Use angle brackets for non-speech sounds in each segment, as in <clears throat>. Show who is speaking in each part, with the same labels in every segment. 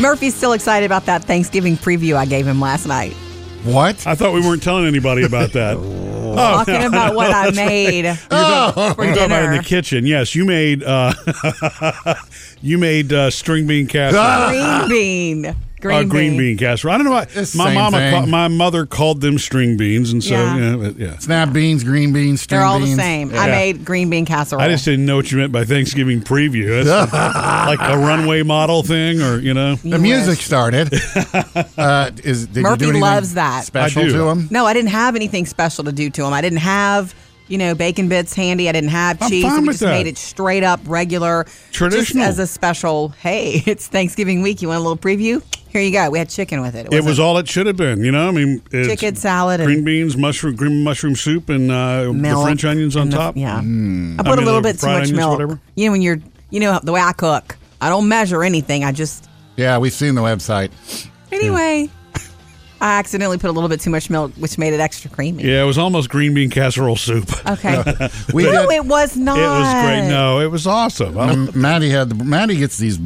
Speaker 1: Murphy's still excited about that Thanksgiving preview I gave him last night.
Speaker 2: What?
Speaker 3: I thought we weren't telling anybody
Speaker 1: <laughs>
Speaker 3: about that. oh,
Speaker 1: Talking
Speaker 3: no,
Speaker 1: about
Speaker 3: no,
Speaker 1: what I
Speaker 3: <laughs> that's right.
Speaker 1: made oh, for
Speaker 3: Talking about in
Speaker 1: dinner.
Speaker 3: the kitchen. Yes, you made uh, <laughs> you made uh, string bean casserole.
Speaker 2: Ah!
Speaker 1: Green
Speaker 3: <laughs>
Speaker 1: bean. Green,
Speaker 3: uh, green bean casserole. I don't know why
Speaker 2: It's the
Speaker 3: my
Speaker 2: same
Speaker 3: mama,
Speaker 2: thing.
Speaker 3: ca- my mother called them string beans, and so
Speaker 1: Yeah.
Speaker 3: yeah, but, yeah.
Speaker 2: Snap beans, green beans, string
Speaker 1: They're all the
Speaker 2: beans.
Speaker 1: same. I
Speaker 3: Yeah.
Speaker 1: made green bean casserole.
Speaker 3: I just didn't know what you meant by Thanksgiving preview.
Speaker 1: <laughs>
Speaker 3: That's like a runway model thing, or you know,
Speaker 2: The music
Speaker 3: <laughs>
Speaker 2: started. uh, is did
Speaker 1: Murphy
Speaker 2: you do anything
Speaker 1: loves that.
Speaker 2: special
Speaker 3: I do.
Speaker 2: to him?
Speaker 1: no, I didn't have anything special to do to them. I didn't have, you know, bacon bits handy. I didn't have
Speaker 3: I'm
Speaker 1: cheese.
Speaker 3: fine
Speaker 1: we
Speaker 3: with
Speaker 1: just
Speaker 3: that.
Speaker 1: made it straight up regular.
Speaker 3: Traditional.
Speaker 1: Just as a special, hey, <laughs> it's Thanksgiving week. You want a little preview? Here you go. We had chicken with it.
Speaker 3: it was
Speaker 1: wasn't
Speaker 3: all it should have been. You know, I mean, it's
Speaker 1: Chicken salad and-
Speaker 3: green beans, mushroom, green mushroom soup, and uh, the
Speaker 1: milk
Speaker 3: French onions on
Speaker 1: and the-
Speaker 3: top.
Speaker 1: yeah. I put
Speaker 3: mean,
Speaker 1: a little
Speaker 3: the
Speaker 1: bit too
Speaker 3: fried
Speaker 1: much
Speaker 3: onions,
Speaker 1: milk.
Speaker 3: whatever.
Speaker 1: You know, when you're, you know, the way I cook, I don't measure anything. I just
Speaker 2: Yeah, we've seen the website.
Speaker 1: Anyway, I accidentally put a little bit too much milk, which made it extra creamy.
Speaker 3: Yeah, it was almost green bean casserole soup.
Speaker 1: Okay. <laughs>
Speaker 2: We
Speaker 1: no,
Speaker 2: did-
Speaker 1: it was not.
Speaker 3: It was great. No, it was awesome. I don't-
Speaker 2: Um, Maddie had the, Maddie gets these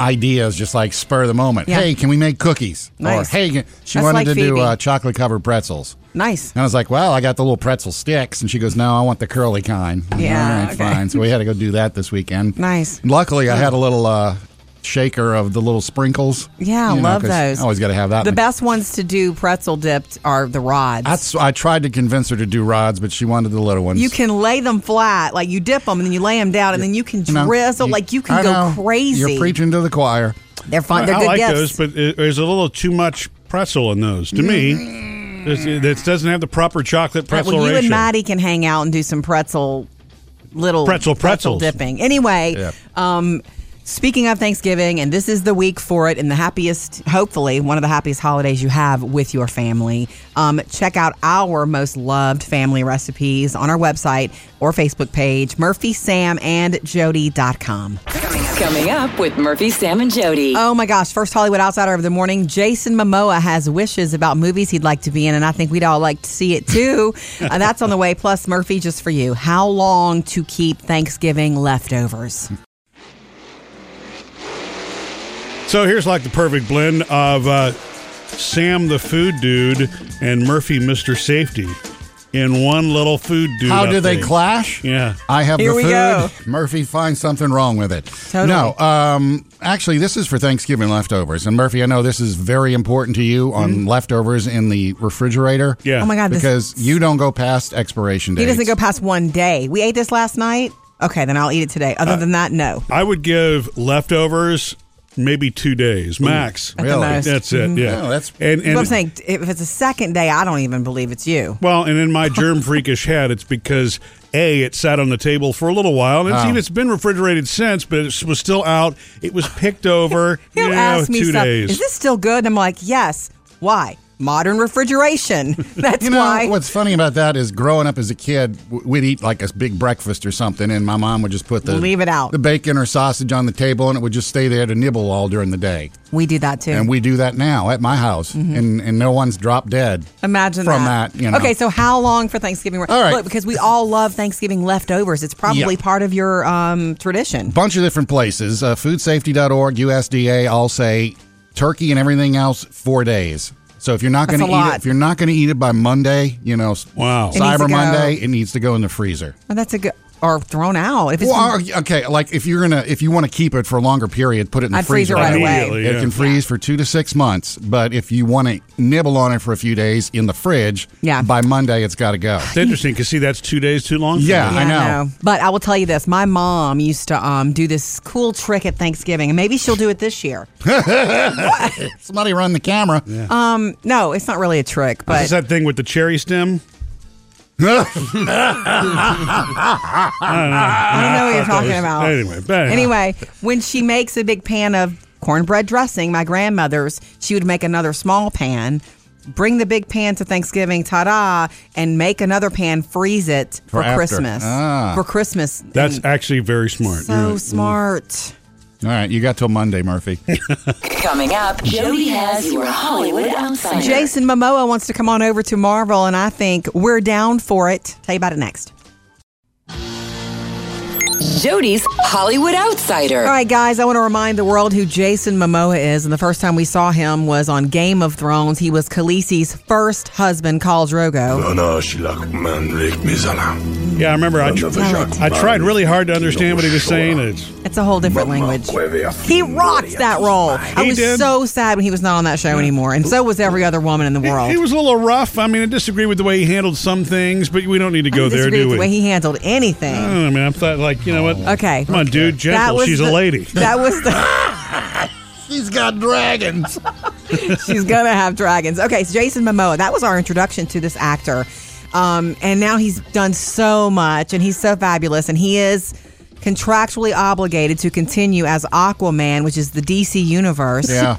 Speaker 2: ideas just like spur of the moment.
Speaker 1: Yeah.
Speaker 2: Hey, can we make cookies?
Speaker 1: Nice.
Speaker 2: Or hey, can, she
Speaker 1: That's
Speaker 2: wanted
Speaker 1: like
Speaker 2: to do
Speaker 1: Phoebe.
Speaker 2: uh, chocolate covered pretzels.
Speaker 1: Nice.
Speaker 2: And I was like, well, I got the little pretzel sticks. And she goes, no, I want the curly kind. I'm like,
Speaker 1: Yeah,
Speaker 2: All right,
Speaker 1: okay.
Speaker 2: fine. So we had to go do that this weekend.
Speaker 1: Nice.
Speaker 2: Luckily, I had a little uh, shaker of the little sprinkles.
Speaker 1: Yeah, I
Speaker 2: You know,
Speaker 1: love
Speaker 2: 'cause
Speaker 1: those.
Speaker 2: I always got to have that.
Speaker 1: The
Speaker 2: in-
Speaker 1: best ones to do pretzel dipped are the rods.
Speaker 2: That's, I tried to convince her to do rods, but she wanted the little ones.
Speaker 1: you can lay them flat, like you dip them and then you lay them down, and then you can
Speaker 2: You know,
Speaker 1: drizzle, like you can
Speaker 2: I
Speaker 1: go
Speaker 2: know.
Speaker 1: crazy.
Speaker 2: You're preaching to the choir.
Speaker 1: They're fun. Uh, They're
Speaker 3: I
Speaker 1: good
Speaker 3: like
Speaker 1: gifts.
Speaker 3: those, but it, there's a little too much pretzel in those. To me, this- it doesn't have the proper chocolate
Speaker 1: All right,
Speaker 3: pretzel
Speaker 1: Mm. well, you
Speaker 3: ratio.
Speaker 1: and Maddie can hang out and do some pretzel, little
Speaker 3: Pretzel pretzels.
Speaker 1: dipping. Anyway,
Speaker 2: Yeah.
Speaker 1: um, speaking of Thanksgiving, and this is the week for it, and the happiest, hopefully, one of the happiest holidays you have with your family. Um, check out our most loved family recipes on our website or Facebook page, murphysamandjody.com.
Speaker 4: Coming up with Murphy, Sam, and Jody.
Speaker 1: Oh my gosh, first Hollywood Outsider of the morning, Jason Momoa has wishes about movies he'd like to be in, and I think we'd all like to see it too.
Speaker 2: <laughs>
Speaker 1: Uh, that's on the way. Plus, Murphy, just for you, how long to keep Thanksgiving leftovers?
Speaker 3: So here's like the perfect blend of uh, Sam the food dude and Murphy Mr. Safety in one little food dude.
Speaker 2: How do they
Speaker 3: update.
Speaker 2: clash?
Speaker 3: Yeah.
Speaker 2: I have
Speaker 1: Here
Speaker 2: the
Speaker 1: we
Speaker 2: food.
Speaker 1: go.
Speaker 2: Murphy finds something wrong with it.
Speaker 1: Totally.
Speaker 2: No, um, actually, this is for Thanksgiving leftovers. And Murphy, I know this is very important to you on leftovers in the refrigerator.
Speaker 3: Yeah.
Speaker 1: Mm-hmm. Oh my God, this-
Speaker 2: Because you don't go past expiration
Speaker 1: He
Speaker 2: dates.
Speaker 1: doesn't go past one day. We ate this last night. Okay, then I'll eat it today.
Speaker 2: Uh,
Speaker 1: Other than that, no.
Speaker 3: I would give leftovers maybe two days max.
Speaker 2: At the Really? most.
Speaker 3: That's it. Yeah.
Speaker 2: No, that's-
Speaker 3: and, and
Speaker 1: But I'm saying if it's a second day, I don't even believe it's you.
Speaker 3: Well, and in
Speaker 1: <laughs>
Speaker 3: my germ freakish head, it's because a it sat on the table for a little while, and it's,
Speaker 2: Oh.
Speaker 3: even, it's been refrigerated since, but it was still out. It was picked over.
Speaker 1: <laughs> He'll
Speaker 3: you know,
Speaker 1: ask me
Speaker 3: two
Speaker 1: stuff.
Speaker 3: days.
Speaker 1: Is this still good? And I'm like, yes. Why? Modern refrigeration. <laughs> That's
Speaker 2: You know
Speaker 1: why.
Speaker 2: what's funny about that is growing up as a kid, w- we'd eat like a big breakfast or something, and my mom would just put the
Speaker 1: Leave it out.
Speaker 2: the bacon or sausage on the table, and it would just stay there to nibble all during the day.
Speaker 1: we do that too.
Speaker 2: And we do that now at my house,
Speaker 1: Mm-hmm.
Speaker 2: and and no one's drop dead.
Speaker 1: Imagine
Speaker 2: from
Speaker 1: that.
Speaker 2: that. you know.
Speaker 1: Okay, so how long for Thanksgiving?
Speaker 2: All right.
Speaker 1: Look, because we all love Thanksgiving leftovers. It's probably
Speaker 2: Yeah.
Speaker 1: part of your um, tradition.
Speaker 2: bunch of different places. Uh, foodsafety.org, USDA all say turkey and everything else four days. So if you're not
Speaker 1: That's
Speaker 2: going to
Speaker 1: a
Speaker 2: eat
Speaker 1: lot.
Speaker 2: it, if you're not going to eat it by Monday, you know, s-
Speaker 3: Wow. It needs
Speaker 1: to
Speaker 2: Cyber
Speaker 1: go-
Speaker 2: Monday, it needs to go in the freezer.
Speaker 1: And that's a good or thrown out. If it's
Speaker 2: Well, uh, okay, like if you're gonna if you want to keep it for a longer period, put it in the
Speaker 1: I'd freeze
Speaker 2: freezer
Speaker 1: it right away.
Speaker 3: Immediately,
Speaker 2: It
Speaker 3: yeah.
Speaker 2: can freeze for two to six months, but if you want to nibble on it for a few days in the fridge,
Speaker 1: Yeah.
Speaker 2: by Monday it's got to go.
Speaker 3: It's interesting because see, that's two days too long. for
Speaker 2: Yeah.
Speaker 3: me.
Speaker 2: I know.
Speaker 1: But I will tell you this: my mom used to um, do this cool trick at Thanksgiving, and maybe she'll do it this year. <laughs>
Speaker 2: Somebody run the camera.
Speaker 1: Um, no, it's not really a trick,
Speaker 3: Is
Speaker 1: but
Speaker 3: this that thing with the cherry stem?
Speaker 1: I don't know what you're talking about.
Speaker 3: Ah, Anyway, but
Speaker 1: Anyway,
Speaker 3: <laughs>
Speaker 1: when she makes a big pan of cornbread dressing, my grandmother's, she would make another small pan, bring the big pan to Thanksgiving, ta da, and make another pan, freeze it for,
Speaker 2: For after.
Speaker 1: Christmas.
Speaker 2: Ah.
Speaker 1: For Christmas.
Speaker 3: that's
Speaker 1: And
Speaker 3: actually very smart. You're
Speaker 1: Mm.
Speaker 3: Mm.
Speaker 1: so
Speaker 3: right.
Speaker 1: smart.
Speaker 2: All right, you got till Monday, <laughs> Murphy.
Speaker 4: Coming up, Jody has your Hollywood outsider.
Speaker 1: Jason Momoa wants to come on over to Marvel, and I think we're down for it. Tell you about it next.
Speaker 4: Jody's Hollywood Outsider.
Speaker 1: All right, guys, I want to remind the world who Jason Momoa is. And the first time we saw him was on Game of Thrones. He was Khaleesi's first husband, Khal Drogo.
Speaker 3: Yeah, I remember I, tr- I tried really hard to understand what he was saying. and It's,
Speaker 1: It's a whole different language. He rocked that role. I
Speaker 3: He
Speaker 1: was
Speaker 3: did.
Speaker 1: so sad when he was not on that show anymore. And so was every other woman in the world.
Speaker 3: he was a little rough. I mean, I disagree with the way he handled some things, but we don't need to go
Speaker 1: I
Speaker 3: there,
Speaker 1: disagree
Speaker 3: do
Speaker 1: with
Speaker 3: we?
Speaker 1: the way he handled anything.
Speaker 3: I don't know, man. I thought, like, you know what?
Speaker 1: Okay.
Speaker 3: Come on, dude. Gentle. She's
Speaker 1: the-
Speaker 3: a lady.
Speaker 1: <laughs> That was the.
Speaker 2: <laughs> He's got dragons.
Speaker 1: <laughs> she's gonna have dragons. Okay, so Jason Momoa. That was our introduction to this actor, um, and now he's done so much, and he's so fabulous, and he is contractually obligated to continue as Aquaman, which is the DC universe.
Speaker 2: Yeah.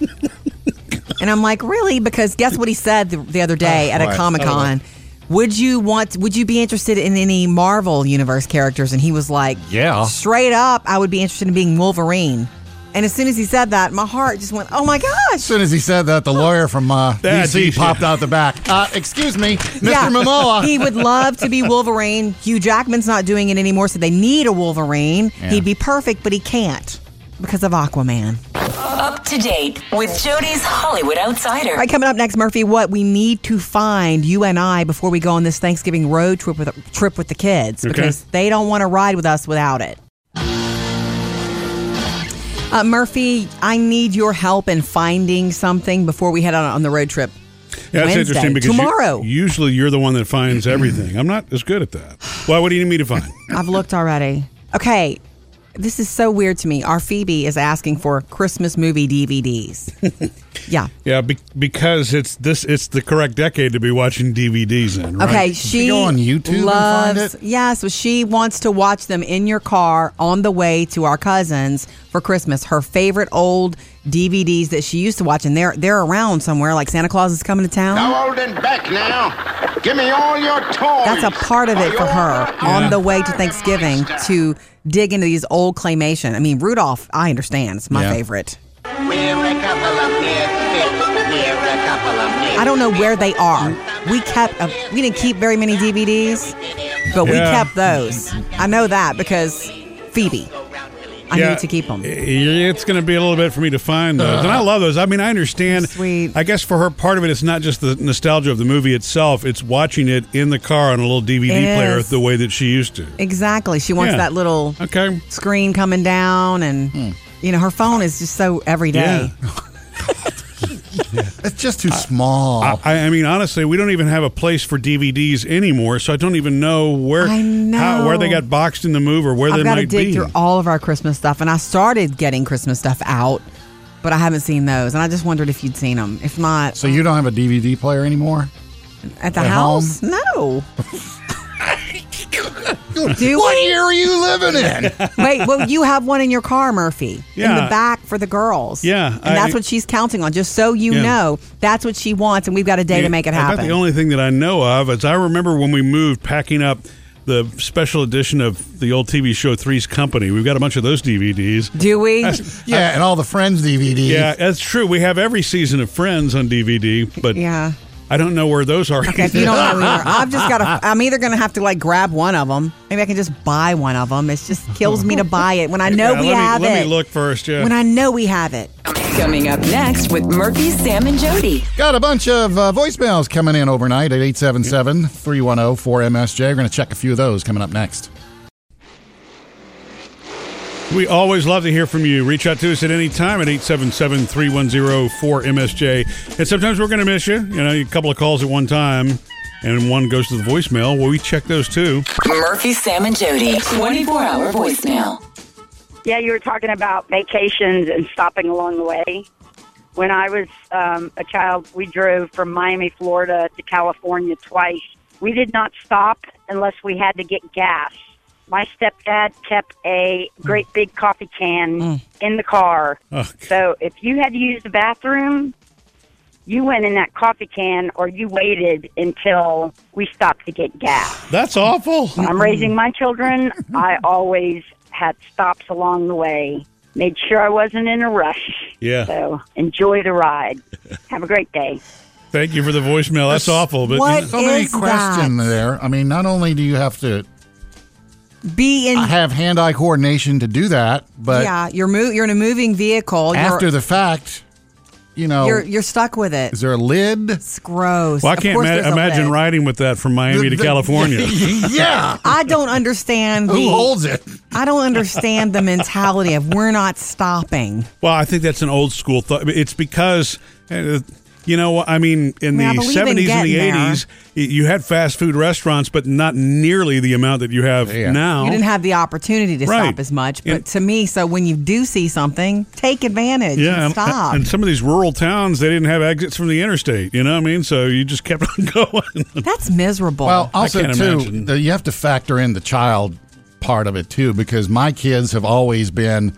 Speaker 1: And I'm like, really? Because guess what he said the, the other day at a
Speaker 2: right.
Speaker 1: Comic
Speaker 2: Oh,
Speaker 1: Con.
Speaker 2: right.
Speaker 1: Would you want? Would you be interested in any Marvel universe characters? And he was like,
Speaker 2: Yeah.
Speaker 1: straight up, I would be interested in being Wolverine." And as soon as he said that, my heart just went, "Oh my
Speaker 2: As <laughs>
Speaker 1: gosh!"
Speaker 2: soon as he said that, the lawyer from uh, <laughs>
Speaker 3: That
Speaker 2: DC
Speaker 3: DC.
Speaker 2: popped out the back. Uh, excuse me, Mr.
Speaker 1: Yeah.
Speaker 2: Momoa.
Speaker 1: He would love to be Wolverine. Hugh Jackman's not doing it anymore, so they need a Wolverine.
Speaker 2: Yeah.
Speaker 1: He'd be perfect, but he can't because of Aquaman.
Speaker 4: Up to date with Jody's Hollywood Outsider.
Speaker 1: All right, coming up next, Murphy, what we need to find you and I before we go on this Thanksgiving road trip with trip with the kids
Speaker 3: Okay.
Speaker 1: because they don't want to ride with us without it. Uh, Murphy, I need your help in finding something before we head on, on the road trip.
Speaker 3: Yeah, that's
Speaker 1: Wednesday.
Speaker 3: interesting because you-
Speaker 1: tomorrow.
Speaker 3: usually you're the one that finds everything. I'm not as good at that. Why? What do you need me
Speaker 1: <laughs>
Speaker 3: to find?
Speaker 1: I've looked already. Okay. This is so weird to me. Our Phoebe is asking for Christmas movie
Speaker 3: <laughs>
Speaker 1: DVDs. yeah.
Speaker 3: Yeah, be- because it's this. It's the correct decade to be watching DVDs in. Right?
Speaker 1: Okay, she
Speaker 2: go on YouTube and find
Speaker 1: loves.
Speaker 2: it?
Speaker 1: Yeah, so she wants to watch them in your car on the way to our cousins for Christmas. Her favorite old DVDs that she used to watch, and they're they're around somewhere. Like Santa Claus is coming to town.
Speaker 5: I'm old and back now. Give me all your toys.
Speaker 1: That's a part of it for her on the way to Thanksgiving to dig into these old claymation. I mean, Rudolph, I understand. It's my
Speaker 2: Yeah.
Speaker 1: favorite.
Speaker 6: We're a couple of misfits. We're a couple of misfits.
Speaker 1: I don't know where they are. We kept a, we didn't keep very many DVDs, but we
Speaker 3: Yeah.
Speaker 1: kept those. I know that because Phoebe. I
Speaker 3: Yeah,
Speaker 1: need to keep them.
Speaker 3: i- It's going to be a little bit for me to find those, and I love those. I mean, I understand.
Speaker 1: Sweet.
Speaker 3: I guess for her, part of it, it's not just the nostalgia of the movie itself; it's watching it in the car on a little DVD
Speaker 1: It
Speaker 3: player
Speaker 1: is.
Speaker 3: the way that she used to.
Speaker 1: Exactly. She wants
Speaker 3: Yeah.
Speaker 1: that little
Speaker 3: Okay. Hmm.
Speaker 1: screen coming down, and you know her phone is just so everyday.
Speaker 2: It's just too small.
Speaker 3: I, I mean, honestly, we don't even have a place for DVDs anymore, so I don't even know where
Speaker 1: I
Speaker 3: How, where they
Speaker 1: know.
Speaker 3: got boxed in the move or where they
Speaker 1: I've got to
Speaker 3: might
Speaker 1: dig
Speaker 3: be.
Speaker 1: through all of our Christmas stuff, and I started getting Christmas stuff out, but I haven't seen those, and I just wondered if you'd seen them. If not,
Speaker 2: so you don't have a DVD player anymore?
Speaker 1: at the
Speaker 2: at
Speaker 1: house,
Speaker 3: <laughs>
Speaker 1: no. Do
Speaker 2: What
Speaker 1: we?
Speaker 2: year are you living in?
Speaker 1: Wait, well, you have one in your car, Murphy, in the
Speaker 3: Yeah.
Speaker 1: back for the girls.
Speaker 3: Yeah,
Speaker 1: and that's
Speaker 3: I-
Speaker 1: what she's counting on. Just so you
Speaker 3: Yeah.
Speaker 1: know, that's what she wants, and we've got a day to make it
Speaker 3: I
Speaker 1: happen.
Speaker 3: bet the only thing that I know of is I remember when we moved packing up the special edition of the old TV show Three's Company. We've got a bunch of those DVDs.
Speaker 1: Do
Speaker 3: <laughs>
Speaker 1: we?
Speaker 2: <laughs> yeah, and all the Friends DVDs.
Speaker 3: Yeah, that's true. We have every season of Friends on DVD, but
Speaker 1: Yeah.
Speaker 3: I don't know where those are.
Speaker 1: Okay, if you don't know either, I've just got
Speaker 3: <laughs>
Speaker 1: to. I'm either going to have to like grab one of them. Maybe I can just buy one of them. It just kills me to buy it when I know
Speaker 3: <laughs> Yeah,
Speaker 1: we
Speaker 3: let me,
Speaker 1: have
Speaker 3: let
Speaker 1: it.
Speaker 3: me look first. Yeah.
Speaker 1: When I know we have it.
Speaker 4: Coming up next with Murphy, Sam, and Jody.
Speaker 2: Got a bunch of uh, voicemails coming in overnight at 877 310 4MSJ. We're going to check a few of those coming up next.
Speaker 3: We always love to hear from you. Reach out to us at any time at 877 310 4MSJ. And sometimes we're going to miss you. You know, a couple of calls at one time and one goes to the voicemail. Well, we check those too.
Speaker 4: Murphy, Sam, and Jody. 24 hour voicemail.
Speaker 7: Yeah, you were talking about vacations and stopping along the way. When I was um, a child, we drove from Miami, Florida to California twice. We did not stop unless we had to get gas. My stepdad kept a great big coffee can in the car.
Speaker 3: Oh,
Speaker 7: So if you had to use the bathroom, you went in that coffee can or you waited until we stopped to get gas.
Speaker 3: that's awful. <clears throat>
Speaker 7: I'm raising my children. I always had stops along the way. Made sure I wasn't in a rush.
Speaker 3: Yeah.
Speaker 7: So enjoy the ride. Have a great day.
Speaker 3: Thank you for the voicemail. That's, awful. But
Speaker 1: What
Speaker 2: So many
Speaker 1: is
Speaker 2: questions
Speaker 1: that?
Speaker 2: there. I mean, not only do you have to
Speaker 1: be in.
Speaker 2: I have hand-eye coordination to do that, but
Speaker 1: yeah, you're mo- you're in a moving vehicle.
Speaker 2: after
Speaker 1: you're,
Speaker 2: the fact, you know,
Speaker 1: you're you're stuck with it.
Speaker 2: is there a lid?
Speaker 1: It's gross.
Speaker 3: Well, I
Speaker 1: Of
Speaker 3: can't
Speaker 1: course
Speaker 3: ma-
Speaker 1: there's a
Speaker 3: imagine
Speaker 1: lid.
Speaker 3: riding with that from
Speaker 1: <laughs>
Speaker 2: <laughs>
Speaker 3: Miami to California.
Speaker 2: yeah.
Speaker 1: I don't
Speaker 3: <laughs>
Speaker 1: understand
Speaker 2: Who
Speaker 1: the.
Speaker 2: holds it?
Speaker 1: I don't understand the mentality of we're not stopping.
Speaker 3: Well, I think that's an old school thought. It's because, uh, you know, I mean, in
Speaker 1: Yeah, I
Speaker 3: the
Speaker 1: believe in
Speaker 3: 70s and the
Speaker 1: getting
Speaker 3: 80s, y you had fast food restaurants, but not nearly the amount that you have
Speaker 2: Yeah.
Speaker 3: now.
Speaker 1: You didn't have the opportunity to
Speaker 3: Right.
Speaker 1: stop as much. But
Speaker 3: And-
Speaker 1: to me, so when you do see something, take advantage.
Speaker 3: yeah,
Speaker 1: and
Speaker 3: and-
Speaker 1: stop.
Speaker 3: And, some of these rural towns, they didn't have exits from the interstate. You know what I mean? So you just kept <laughs> on going.
Speaker 1: That's miserable.
Speaker 2: Well, also
Speaker 3: can't
Speaker 2: too,
Speaker 3: imagine.
Speaker 2: the- you have to factor in the child part of it too, because my kids have always been.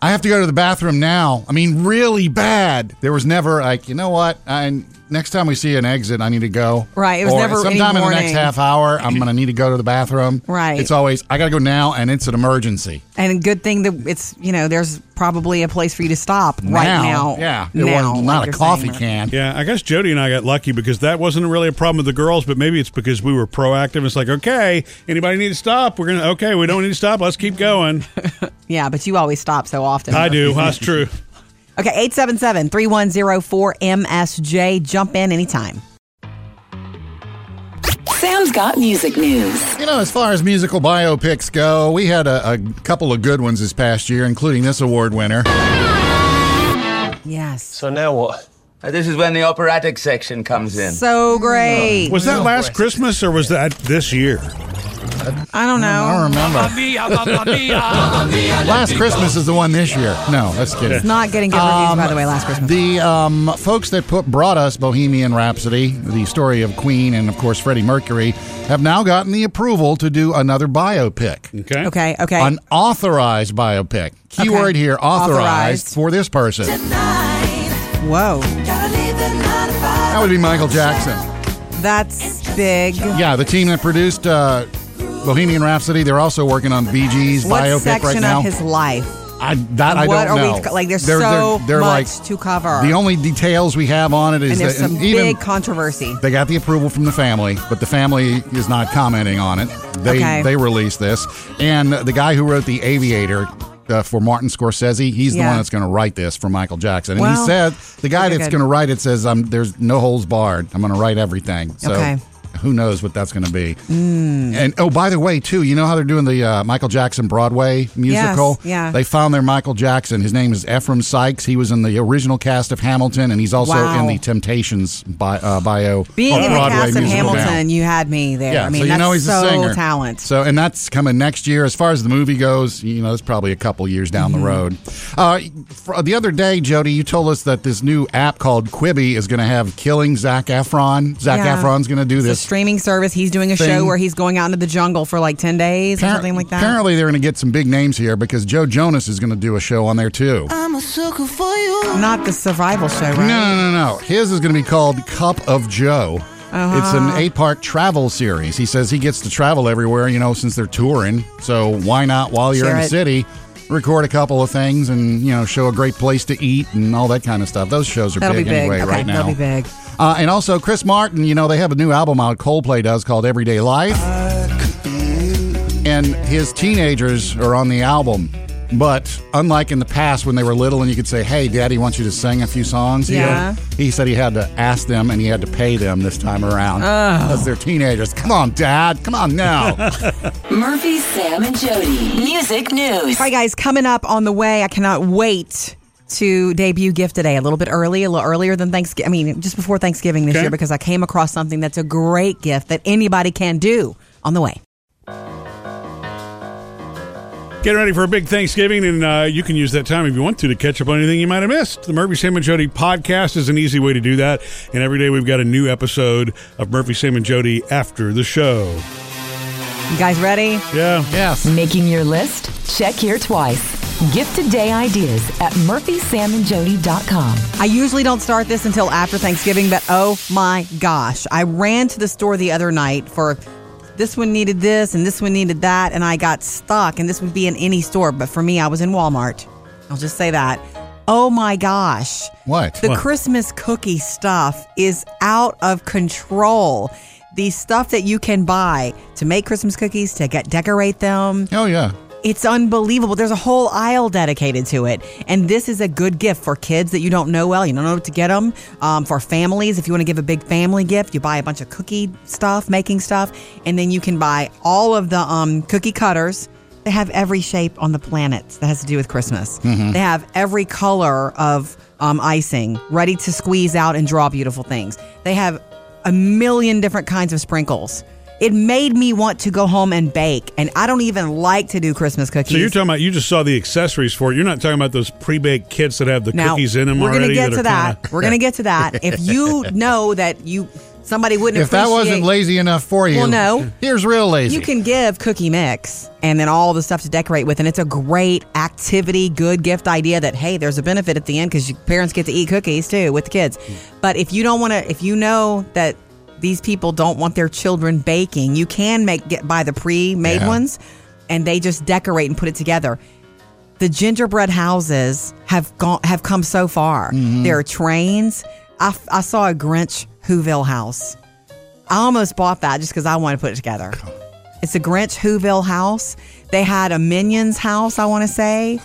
Speaker 2: I have to go to the bathroom now. I mean, really bad. There was never like, you know what? I next time we see an exit, I need to go.
Speaker 1: Right, it was
Speaker 2: Or
Speaker 1: never any
Speaker 2: sometime in the next
Speaker 1: warning.
Speaker 2: half hour. I'm gonna need to go to the bathroom.
Speaker 1: Right.
Speaker 2: It's always I gotta go now, and it's an emergency.
Speaker 1: and good thing that it's you know there's probably a place for you to stop right now.
Speaker 2: Yeah. It
Speaker 1: now,
Speaker 2: was
Speaker 1: like
Speaker 2: not a
Speaker 1: you're
Speaker 2: coffee
Speaker 1: saying.
Speaker 2: can.
Speaker 3: yeah, I guess Jody and I got lucky because that wasn't really a problem with the girls, but maybe it's because we were proactive. It's like, okay, anybody need to stop? We're going to, okay, we don't need to stop. Let's keep going.
Speaker 1: Yeah, but you always stop so often.
Speaker 3: I do. That's true.
Speaker 1: Okay, 877 3104 MSJ. Jump in anytime.
Speaker 4: Sam's got music news.
Speaker 2: You know, as far as musical biopics go, we had a, a couple of good ones this past year, including this award winner.
Speaker 1: Yes.
Speaker 8: So now what?
Speaker 9: Uh, This is when the operatic section comes in.
Speaker 1: So great.
Speaker 3: Was that last Christmas or was that this year?
Speaker 1: I don't
Speaker 2: I
Speaker 1: know.
Speaker 2: don't remember.
Speaker 1: <laughs>
Speaker 2: Last Christmas is the one this year. No, that's kidding.
Speaker 1: Not getting good reviews, by the way, last Christmas.
Speaker 2: The um, folks that put brought us Bohemian Rhapsody, the story of Queen and of course Freddie Mercury, have now gotten the approval to do another biopic,
Speaker 3: Okay.
Speaker 1: okay, okay.
Speaker 2: an authorized biopic. Keyword
Speaker 1: Okay.
Speaker 2: here: authorized,
Speaker 1: Authorized.
Speaker 2: for this person.
Speaker 1: Whoa.
Speaker 2: That would be Michael Jackson.
Speaker 1: That's big.
Speaker 2: Yeah, the team that produced uh, Bohemian Rhapsody, they're also working on Bee Gees
Speaker 1: What
Speaker 2: biopic
Speaker 1: section
Speaker 2: right now.
Speaker 1: of his life?
Speaker 2: I that I
Speaker 1: What
Speaker 2: don't
Speaker 1: are
Speaker 2: know.
Speaker 1: we- like, there's so much to cover.
Speaker 2: The only details we have on it is
Speaker 1: And
Speaker 2: that
Speaker 1: there's some
Speaker 2: and even
Speaker 1: big controversy.
Speaker 2: they got the approval from the family, but the family is not commenting on it. They
Speaker 1: Okay.
Speaker 2: they released this, and the guy who wrote the Aviator. Uh, for Martin Scorsese, he's the
Speaker 1: Yeah.
Speaker 2: one that's going to write this for Michael Jackson, and he
Speaker 1: Well,
Speaker 2: said the guy
Speaker 1: okay,
Speaker 2: that's
Speaker 1: good.
Speaker 2: going to write it says, "I'm there's no holes barred. I'm going to write everything." So
Speaker 1: Okay. Hmm.
Speaker 2: who knows what that's going to be? And oh, by the way, too, you know how they're doing the uh, Michael Jackson Broadway musical?
Speaker 1: yeah.
Speaker 2: They found their Michael Jackson. His name is Ephraim Sykes. He was in the original cast of Hamilton, and he's also
Speaker 1: Wow.
Speaker 2: in the Temptations bi- uh, bio
Speaker 1: Being
Speaker 2: on
Speaker 1: in the
Speaker 2: Broadway
Speaker 1: cast of
Speaker 2: musical
Speaker 1: Hamilton,
Speaker 2: now.
Speaker 1: you had me there.
Speaker 2: Yeah,
Speaker 1: I mean,
Speaker 2: so you
Speaker 1: that's
Speaker 2: know he's
Speaker 1: so
Speaker 2: a singer.
Speaker 1: talent.
Speaker 2: So, and that's coming next year. As far as the movie goes, you know, it's probably a couple years down
Speaker 1: Mm-hmm.
Speaker 2: the road. Uh, fr- the other day, Jody, you told us that this new app called Quibi is going to have killing Zach Efron. Zach
Speaker 1: Yeah.
Speaker 2: Efron's going to do
Speaker 1: It's a
Speaker 2: this
Speaker 1: streaming service. He's doing a show
Speaker 2: thing.
Speaker 1: where he's going out into the jungle for like 10 days or
Speaker 2: Appar-
Speaker 1: something like that.
Speaker 2: Apparently, they're going to get some big names here because Joe Jonas is going to do a show on there too. no,
Speaker 1: Not the survival show, right?
Speaker 2: no, no, no. His is going to be called Cup of Joe. It's an
Speaker 1: Uh-huh.
Speaker 2: eight-part travel series. He says he gets to travel everywhere, you know, since they're touring. So why not while you're in
Speaker 1: Share
Speaker 2: the
Speaker 1: it.
Speaker 2: city, record a couple of things and you know show a great place to eat and all that kind of stuff. Those shows are
Speaker 1: That'll
Speaker 2: big,
Speaker 1: be big.
Speaker 2: anyway
Speaker 1: okay,
Speaker 2: right now.
Speaker 1: that'll be big.
Speaker 2: Uh, and also Chris Martin, you know, they have a new album out Coldplay does called Everyday Life. And his teenagers are on the album. But unlike in the past when they were little and you could say, Hey, daddy wants you to sing a few songs. here,"
Speaker 1: Yeah.
Speaker 2: He said he had to ask them and he had to pay them this time around.
Speaker 1: Oh.
Speaker 2: Because they're teenagers. Come on, dad. Come
Speaker 1: <laughs>
Speaker 2: on now.
Speaker 4: Murphy, Sam, and Jody. Music news.
Speaker 1: All right, guys, coming up on the way. I cannot wait to debut gift today a little bit early a little earlier than thanksgiving i mean just before thanksgiving this
Speaker 3: Okay.
Speaker 1: year because i came across something that's a great gift that anybody can do on the way
Speaker 3: Get ready for a big Thanksgiving, and uh, you can use that time if you want to to catch up on anything you might have missed. The Murphy Sam and Jody podcast is an easy way to do that, and every day we've got a new episode of Murphy Sam and Jody after the show.
Speaker 1: you guys ready
Speaker 3: Yeah,
Speaker 2: yes.
Speaker 10: Making your list? Check here twice. Gift today ideas at murphysamandjody.com.
Speaker 1: I usually don't start this until after Thanksgiving, but oh my gosh. I ran to the store the other night for this one needed this and this one needed that, and I got stuck, and this would be in any store, but for me, I was in Walmart. I'll just say that. Oh my gosh.
Speaker 2: What?
Speaker 1: The Christmas cookie stuff is out of control. the stuff that you can buy to make Christmas cookies, to get, decorate them.
Speaker 2: Oh, yeah.
Speaker 1: It's unbelievable. There's a whole aisle dedicated to it. And this is a good gift for kids that you don't know well. You don't know what to get them. Um, for families, if you want to give a big family gift, you buy a bunch of cookie stuff, making stuff, and then you can buy all of the um, cookie cutters. They have every shape on the planet that has to do with Christmas. They have every color of um, icing ready to squeeze out and draw beautiful things. They have a million different kinds of sprinkles. It made me want to go home and bake, and I don't even like to do Christmas cookies.
Speaker 3: So you're talking about you just saw the accessories for it. You're not talking about those pre-baked kits that have the
Speaker 1: now,
Speaker 3: cookies in them
Speaker 1: we're gonna
Speaker 3: already.
Speaker 1: get
Speaker 3: that
Speaker 1: to
Speaker 3: are
Speaker 1: that.
Speaker 3: kinda-
Speaker 1: We're gonna get to that. If
Speaker 3: <laughs>
Speaker 1: you know that you somebody wouldn't
Speaker 2: If that wasn't
Speaker 1: appreciate-
Speaker 2: lazy enough for you,
Speaker 1: Well, no.
Speaker 2: Here's real lazy.
Speaker 1: You can give cookie mix and then all the stuff to decorate with. And it's a great activity, good gift idea that, hey, there's a benefit at the end because parents get to eat cookies too with the kids.
Speaker 2: Hmm.
Speaker 1: But if you don't want to, if you know that these people don't want their children baking, you can make get buy the pre made
Speaker 2: Yeah.
Speaker 1: ones and they just decorate and put it together. The gingerbread houses have gone have come so far.
Speaker 2: Mm-hmm.
Speaker 1: There are trains. I, f- I saw a Grinch Whoville house. I almost bought that just because I want to put it together. It's a Grinch Whoville house. They had a Minions house, I want to say.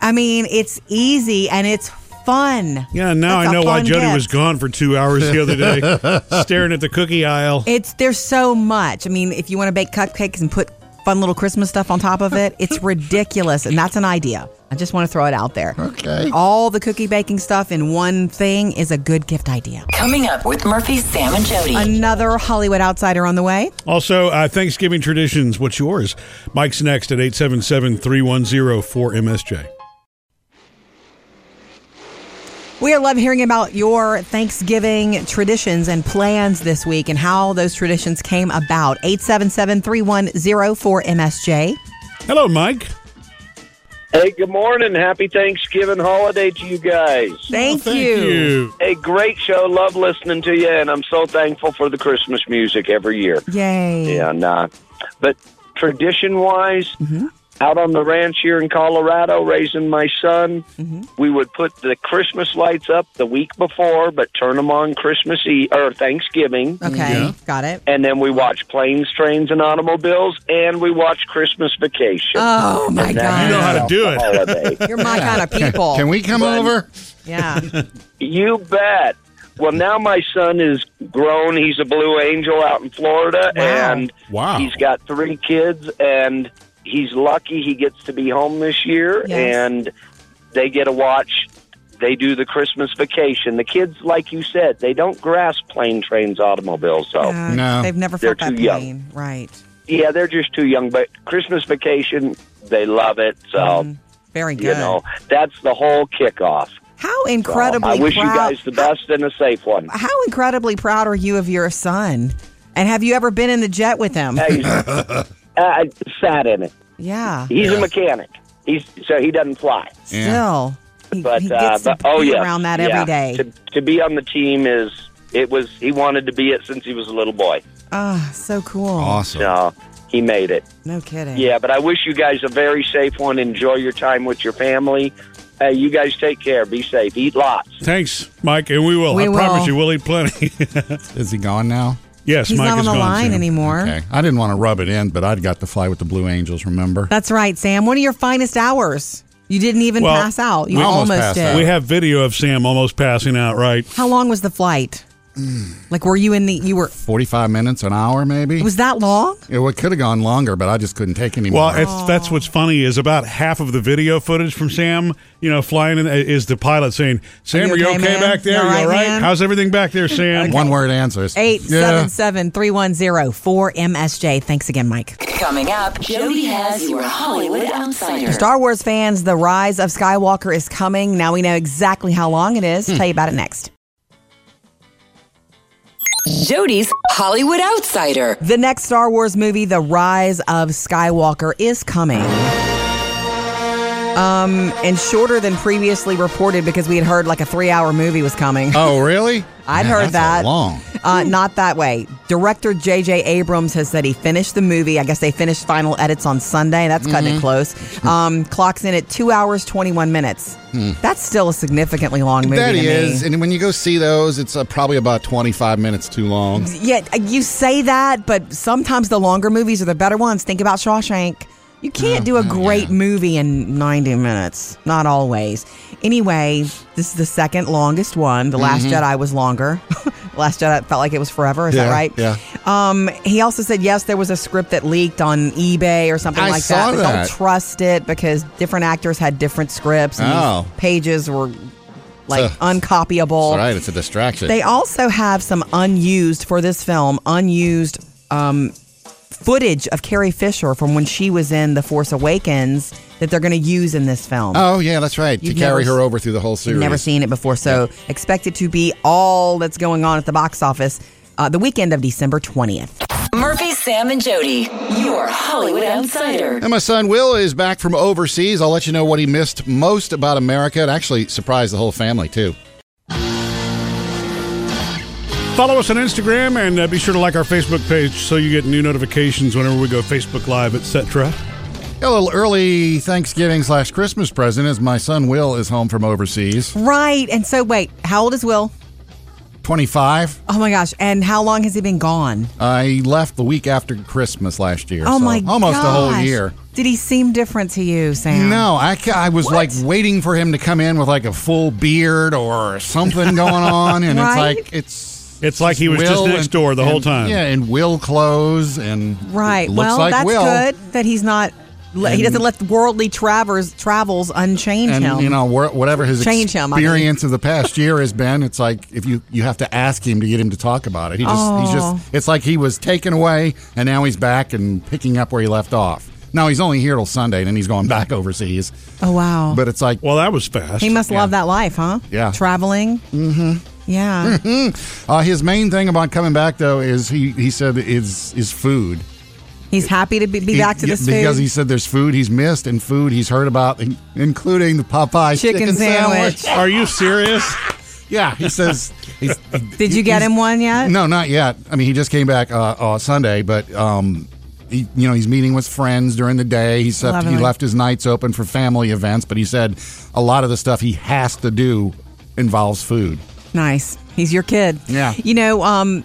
Speaker 1: I mean, it's easy and it's fun.
Speaker 3: Yeah, now
Speaker 1: It's
Speaker 3: I
Speaker 1: a
Speaker 3: know why
Speaker 1: fun
Speaker 3: Jody
Speaker 1: gift.
Speaker 3: was gone for two hours the other
Speaker 1: <laughs>
Speaker 3: day, staring at the cookie aisle.
Speaker 1: It's there's so much. I mean, if you want to bake cupcakes and put fun little Christmas stuff on top of it,
Speaker 3: <laughs>
Speaker 1: it's ridiculous, and that's an idea. I just want to throw it out there.
Speaker 2: Okay.
Speaker 1: All the cookie baking stuff in one thing is a good gift idea.
Speaker 4: Coming up with Murphy, Sam, and Jody.
Speaker 1: Another Hollywood outsider on the way.
Speaker 3: Also, uh, Thanksgiving traditions. What's yours? Mike's next at 877-310-4MSJ.
Speaker 1: We love hearing about your Thanksgiving traditions and plans this week and how those traditions came about. 877-3104-MSJ.
Speaker 3: Hello, Mike.
Speaker 8: Hey, good morning. Happy Thanksgiving holiday to you guys.
Speaker 1: Thank,
Speaker 3: Well,
Speaker 1: you.
Speaker 8: Hey, great show. Love listening to you, and I'm so thankful for the Christmas music every year.
Speaker 1: Yay.
Speaker 8: And uh, but tradition wise, out on the ranch here in Colorado, raising my son, we would put the Christmas lights up the week before, but turn them on Christmas Eve or Thanksgiving.
Speaker 1: Okay.
Speaker 3: Yeah.
Speaker 1: Got it.
Speaker 8: And then we watch planes, trains, and automobiles, and we watch Christmas Vacation.
Speaker 1: Oh my
Speaker 3: You know
Speaker 1: God.
Speaker 3: how to do it.
Speaker 8: Holiday.
Speaker 1: You're my kind of people.
Speaker 2: Can we come over?
Speaker 1: Yeah.
Speaker 8: You bet. Well, now my son is grown. He's a Blue Angel out in Florida,
Speaker 1: Wow.
Speaker 8: and
Speaker 3: Wow.
Speaker 8: he's got three kids, and he's lucky he gets to be home this year,
Speaker 1: Yes.
Speaker 8: and they get to watch. They do the Christmas vacation. The kids, like you said, they don't grasp plane, trains, automobiles. So
Speaker 1: Uh,
Speaker 2: No.
Speaker 1: They've never
Speaker 8: Oh, They're
Speaker 1: felt that
Speaker 8: too young.
Speaker 1: pain. Right.
Speaker 8: yeah, they're just too young. But Christmas vacation, they love it. So
Speaker 1: Very Mm, good.
Speaker 8: you know, that's the whole kickoff.
Speaker 1: how
Speaker 8: So,
Speaker 1: incredibly
Speaker 8: I wish
Speaker 1: proud.
Speaker 8: you guys the best and a safe
Speaker 1: <laughs>
Speaker 8: one.
Speaker 1: How incredibly proud are you of your son? And have you ever been in the jet with him?
Speaker 8: Hey, uh, I sat in it.
Speaker 1: Yeah.
Speaker 8: He's a mechanic. He's so he doesn't fly.
Speaker 1: Still. He,
Speaker 8: But
Speaker 1: he
Speaker 8: uh,
Speaker 1: gets
Speaker 8: but
Speaker 1: to
Speaker 8: oh
Speaker 1: be
Speaker 8: yeah,
Speaker 1: around that
Speaker 8: yeah.
Speaker 1: every day.
Speaker 8: To, to be on the team is it was he wanted to be it since he was a little boy.
Speaker 1: Ah, so cool.
Speaker 2: Awesome.
Speaker 8: So he made it.
Speaker 1: No kidding.
Speaker 8: Yeah, but I wish you guys a very safe one. Enjoy your time with your family. Hey, you guys take care. Be safe. Eat lots.
Speaker 3: Thanks, Mike, and we will.
Speaker 1: We
Speaker 3: I promise
Speaker 1: will.
Speaker 3: you, we'll eat plenty. <laughs>
Speaker 2: Is he gone now?
Speaker 3: yes,
Speaker 1: He's
Speaker 3: Mike
Speaker 1: not on
Speaker 3: is
Speaker 1: the
Speaker 3: gone,
Speaker 1: line
Speaker 3: Sam.
Speaker 1: anymore.
Speaker 2: Okay. I didn't want to rub it in, but I'd got to fly with the Blue Angels, remember?
Speaker 1: That's right, Sam. One of your finest hours. You didn't even
Speaker 3: Well,
Speaker 1: pass out. You
Speaker 2: we almost
Speaker 1: almost,
Speaker 2: passed
Speaker 1: did.
Speaker 2: out.
Speaker 3: We have video of Sam almost passing out. Right?
Speaker 1: How long was the flight?
Speaker 2: Hmm.
Speaker 1: like, were you in the? You were.
Speaker 2: 45 minutes, an hour maybe?
Speaker 1: Was that long?
Speaker 2: It would- could have gone longer, but I just couldn't take any
Speaker 3: Well,
Speaker 2: more.
Speaker 3: it's, that's what's funny is about half of the video footage from Sam, you know, flying in is the pilot saying, "Sam,
Speaker 1: you
Speaker 3: are you okay,
Speaker 1: okay, man?
Speaker 3: back
Speaker 1: You
Speaker 3: there?
Speaker 1: all
Speaker 3: You all
Speaker 1: right,
Speaker 3: right?
Speaker 1: man?"
Speaker 3: How's everything back there,
Speaker 1: <laughs>
Speaker 3: Sam?"
Speaker 2: One word answers.
Speaker 1: Oh, Eight
Speaker 2: Yeah.
Speaker 1: seven seven three one zero four MSJ. Thanks again, Mike.
Speaker 4: Coming up, Jody has your Hollywood outsider.
Speaker 1: Star Wars fans, the rise of Skywalker is coming. Now we know exactly how long it
Speaker 2: Hmm.
Speaker 1: is. Tell you about it next.
Speaker 10: Jody's Hollywood Outsider.
Speaker 1: The next Star Wars movie, The Rise of Skywalker, is coming. um, and shorter than previously reported because we had heard like a three hour movie was coming.
Speaker 2: Oh, really?
Speaker 1: I'd
Speaker 2: Man,
Speaker 1: heard
Speaker 2: that's a
Speaker 1: that.
Speaker 2: long.
Speaker 1: Uh, not that way. Director J.J. Abrams has said he finished the movie. I guess they finished final edits on Sunday. That's cutting
Speaker 2: Mm-hmm.
Speaker 1: it close. Um, clocks in at two hours twenty one minutes. That's still a significantly long movie.
Speaker 2: That
Speaker 1: to me.
Speaker 2: Hmm. is, and when you go see those, it's uh, probably about twenty-five minutes too long.
Speaker 1: Yeah, you say that, but sometimes the longer movies are the better ones. Think about Shawshank. You can't do a
Speaker 2: Mm,
Speaker 1: great movie in 90 minutes. Not always. Anyway, this is the second longest one. The Last Jedi was longer. <laughs> Last Jedi felt like it was forever. Is
Speaker 2: Mm-hmm. Yeah,
Speaker 1: that right?
Speaker 2: yeah.
Speaker 1: Um, he also said, yes, there was a script that leaked on eBay or something
Speaker 2: I
Speaker 1: like
Speaker 2: saw
Speaker 1: that. But
Speaker 2: that.
Speaker 1: don't trust it because different actors had different scripts and these
Speaker 2: Oh.
Speaker 1: pages were like
Speaker 2: So-
Speaker 1: uncopyable.
Speaker 2: All right, it's a distraction.
Speaker 1: They also have some unused for this film, unused um, footage of Carrie Fisher from when she was in The Force Awakens that they're going to use in this film.
Speaker 2: oh yeah, that's right. To
Speaker 1: You've
Speaker 2: carry
Speaker 1: never
Speaker 2: her
Speaker 1: s-
Speaker 2: over through the whole
Speaker 1: You've
Speaker 2: series.
Speaker 1: never seen it before, so expect it to be all that's going on at the box office uh, the weekend of December 20th.
Speaker 4: Murphy, Sam, and Jody, your Hollywood outsider.
Speaker 2: And my son Will is back from overseas. I'll let you know what he missed most about America. It actually surprised the whole family too.
Speaker 3: Follow us on Instagram and uh, be sure to like our Facebook page so you get new notifications whenever we go Facebook Live, etc.
Speaker 2: A little early Thanksgiving slash Christmas present as my son Will is home from overseas.
Speaker 1: Right. And so, wait, how old is Will?
Speaker 2: Twenty-five.
Speaker 1: Oh my gosh. And how long has he been gone?
Speaker 2: I left the week after Christmas last year.
Speaker 1: oh
Speaker 2: so
Speaker 1: my gosh.
Speaker 2: almost a whole year.
Speaker 1: Did he seem different to you, Sam?
Speaker 2: No, I, ca- I was like waiting for him to come in with like a full beard or
Speaker 1: <laughs>
Speaker 2: something going on, and
Speaker 1: Right?
Speaker 2: it's like it's
Speaker 3: It's like he was just
Speaker 2: Will
Speaker 3: next
Speaker 2: and-
Speaker 3: door the
Speaker 2: and-
Speaker 3: whole time.
Speaker 2: Yeah, and Will clothes and
Speaker 1: Right.
Speaker 2: it Looks
Speaker 1: well,
Speaker 2: like
Speaker 1: that's
Speaker 2: Will.
Speaker 1: good that he's not. He doesn't let worldly travers travels unchange
Speaker 2: And
Speaker 1: him.
Speaker 2: you know wha- whatever his
Speaker 1: Change him, I mean.
Speaker 2: experience of the past year has been, it's like if you you have to ask him to get him to talk about it. He just he's
Speaker 1: Oh.
Speaker 2: just it's like he was taken away and now he's back and picking up where he left off. Now he's only here till Sunday, and then he's going back <laughs> overseas.
Speaker 1: oh wow.
Speaker 2: But it's like
Speaker 3: Well, that was fast.
Speaker 1: he must love that life, huh?
Speaker 2: Yeah.
Speaker 1: Traveling. Mm-hmm.
Speaker 2: <laughs>
Speaker 1: Yeah.
Speaker 2: Uh, his main thing about coming back though is he he said is is food.
Speaker 1: he's happy to be, be
Speaker 2: He-
Speaker 1: back to
Speaker 2: yeah,
Speaker 1: this
Speaker 2: because
Speaker 1: food.
Speaker 2: he said there's food he's missed and food he's heard about, in- including the Popeye
Speaker 1: Chicken
Speaker 2: chicken,
Speaker 1: sandwich.
Speaker 3: Are you serious?
Speaker 2: <laughs> Yeah, he says. He's,
Speaker 1: Did you get
Speaker 2: he's-
Speaker 1: him one yet?
Speaker 2: No, not yet. I mean, he just came back uh, uh, Sunday, but um, he, you know, he's meeting with friends during the day. He left, he
Speaker 1: Lovely.
Speaker 2: left his nights open for family events, but he said a lot of the stuff he has to do involves food.
Speaker 1: Nice. He's your kid.
Speaker 2: Yeah.
Speaker 1: You know, um,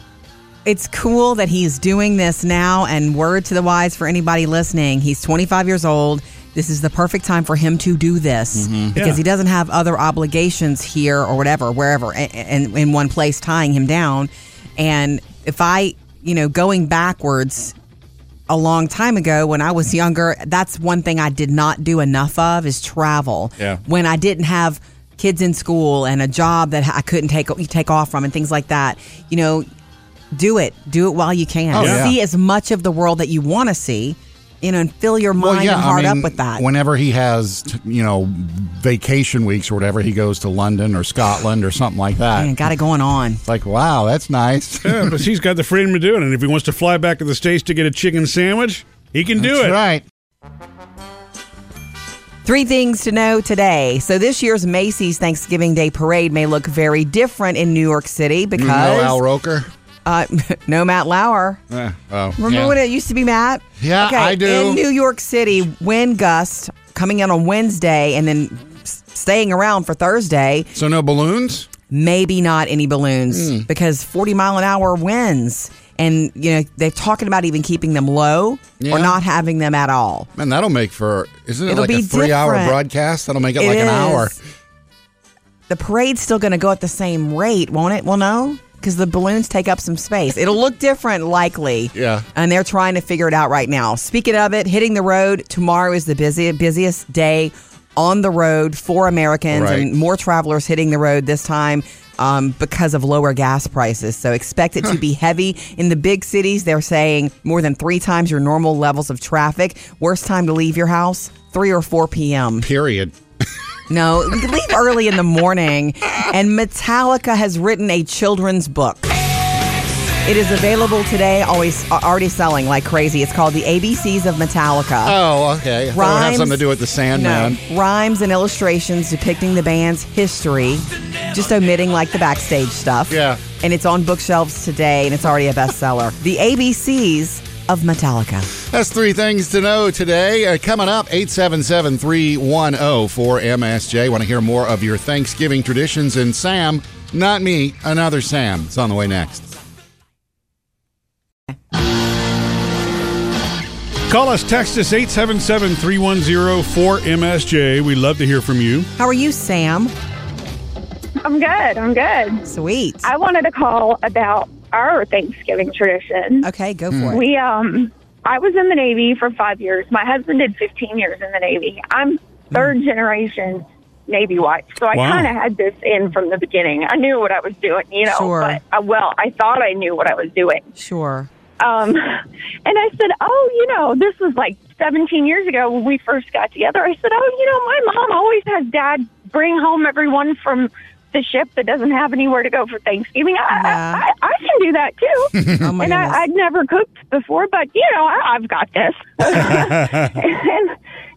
Speaker 1: it's cool that he's doing this now. And word to the wise for anybody listening, he's 25 years old. This is the perfect time for him to do this because
Speaker 3: Yeah.
Speaker 1: he doesn't have other obligations here or whatever, wherever, and, and in one place tying him down. And if I, you know, going backwards a long time ago when I was younger, that's one thing I did not do enough of is travel.
Speaker 2: Yeah.
Speaker 1: When I didn't have kids in school and a job that I couldn't take take off from and things like that, you know, do it. Do it while you can.
Speaker 2: Oh, yeah.
Speaker 1: See as much of the world that you want to see, you know, and fill your mind and heart up with that.
Speaker 2: Whenever he has, t- you know, vacation weeks or whatever, he goes to London or Scotland or something like that.
Speaker 1: Man, got it going on.
Speaker 2: It's like, wow, that's nice.
Speaker 3: Yeah, but he's got the freedom to do it. And if he wants to fly back to the States to get a chicken sandwich, he can do
Speaker 2: That's
Speaker 3: it.
Speaker 2: right.
Speaker 1: Three things to know today. So this year's Macy's Thanksgiving Day Parade may look very different in New York City because
Speaker 2: Mm, No Al Roker.
Speaker 1: uh, <laughs> no Matt Lauer.
Speaker 2: Eh, oh,
Speaker 1: Remember
Speaker 2: yeah.
Speaker 1: when it used to be Matt?
Speaker 2: Yeah,
Speaker 1: okay,
Speaker 2: I do.
Speaker 1: In New York City, wind gust coming in on Wednesday and then s- staying around for Thursday.
Speaker 2: So no balloons.
Speaker 1: Maybe not any balloons
Speaker 2: Hmm.
Speaker 1: because 40 mile an hour winds. And, you know, they're talking about even keeping them low
Speaker 2: Yeah.
Speaker 1: or not having them at all.
Speaker 2: Man, that'll make for isn't it
Speaker 1: It'll
Speaker 2: like a
Speaker 1: be
Speaker 2: three-hour
Speaker 1: different.
Speaker 2: broadcast? That'll make it,
Speaker 1: It
Speaker 2: like an
Speaker 1: is.
Speaker 2: hour.
Speaker 1: The parade's still going to go at the same rate, won't it? Well, no, because the balloons take up some space. It'll look different, likely.
Speaker 2: Yeah.
Speaker 1: And they're trying to figure it out right now. Speaking of it, hitting the road tomorrow is the busy, busiest day on the road for Americans
Speaker 2: Right.
Speaker 1: and more travelers hitting the road this time. Um, because of lower gas prices. So expect it to be heavy in the big cities. They're saying more than three times your normal levels of traffic. Worst time to leave your house, 3 or 4 p.m.
Speaker 2: Period.
Speaker 1: No, we could leave early in the morning. And Metallica has written a children's book. It is available today, always uh, already selling like crazy. It's called The ABCs of Metallica.
Speaker 2: Oh, okay. I thought it had something to do with the Sandman.
Speaker 1: No, rhymes and illustrations depicting the band's history, just omitting like the backstage stuff.
Speaker 2: Yeah.
Speaker 1: And it's on bookshelves today, and it's already a bestseller. the ABCs of Metallica.
Speaker 2: That's three things to know today. Uh, coming up, 877-310-4MSJ. Want to hear more of your Thanksgiving traditions? And Sam, not me, another Sam. It's on the way next.
Speaker 3: Call us, text us 877 310 4MSJ. We love to hear from you.
Speaker 1: How are you, Sam?
Speaker 11: I'm good. I'm good.
Speaker 1: Sweet.
Speaker 11: I wanted to call about our Thanksgiving tradition.
Speaker 1: Okay, go
Speaker 2: Hmm.
Speaker 1: for it.
Speaker 11: We um I was in the Navy for 5 years. My husband did 15 years in the Navy. I'm third generation Navy wife. So I
Speaker 3: Hmm. Wow.
Speaker 11: kind of had this in from the beginning. I knew what I was doing, you know,
Speaker 1: Sure.
Speaker 11: but I, well, I thought I knew what I was doing.
Speaker 1: Sure.
Speaker 11: Um, <laughs> and I said, Oh, you know, this was like 17 years ago when we first got together. I said, Oh, you know, my mom always has dad bring home everyone from the ship that doesn't have anywhere to go for Thanksgiving. I, I, I, I can do that too.
Speaker 1: Oh my goodness.
Speaker 11: and I, I'd never cooked before, but, you know, I, I've got this. <laughs> and,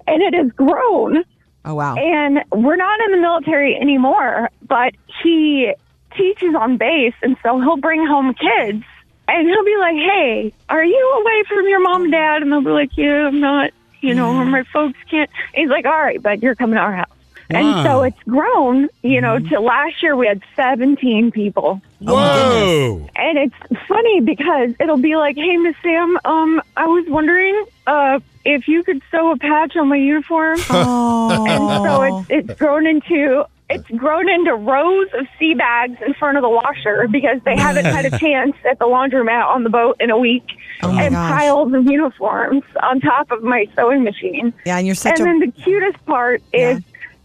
Speaker 11: and it has grown.
Speaker 1: oh wow.
Speaker 11: And we're not in the military anymore, but he teaches on base, and so he'll bring home kids, and he'll be like, "Hey, are you away from your mom and dad?" And they'll be like, "Yeah, I'm not. You know, my folks can't." And he's like, "All right, but you're coming to our house."
Speaker 3: Wow.
Speaker 11: And so it's grown, you know, to last year we had 17 people.
Speaker 3: Oh, Whoa.
Speaker 11: And it's funny because it'll be like, "Hey, Miss Sam, um, I was wondering uh, if you could sew a patch on my uniform." and so
Speaker 1: Oh.
Speaker 11: it's it's grown into it's grown into rows of sea bags in front of the washer because they haven't had a chance at the laundromat on the boat in a week,
Speaker 1: Oh my
Speaker 11: and
Speaker 1: gosh.
Speaker 11: piles of uniforms on top of my sewing machine.
Speaker 1: Yeah, and you're such
Speaker 11: and
Speaker 1: a
Speaker 11: then the cutest part is.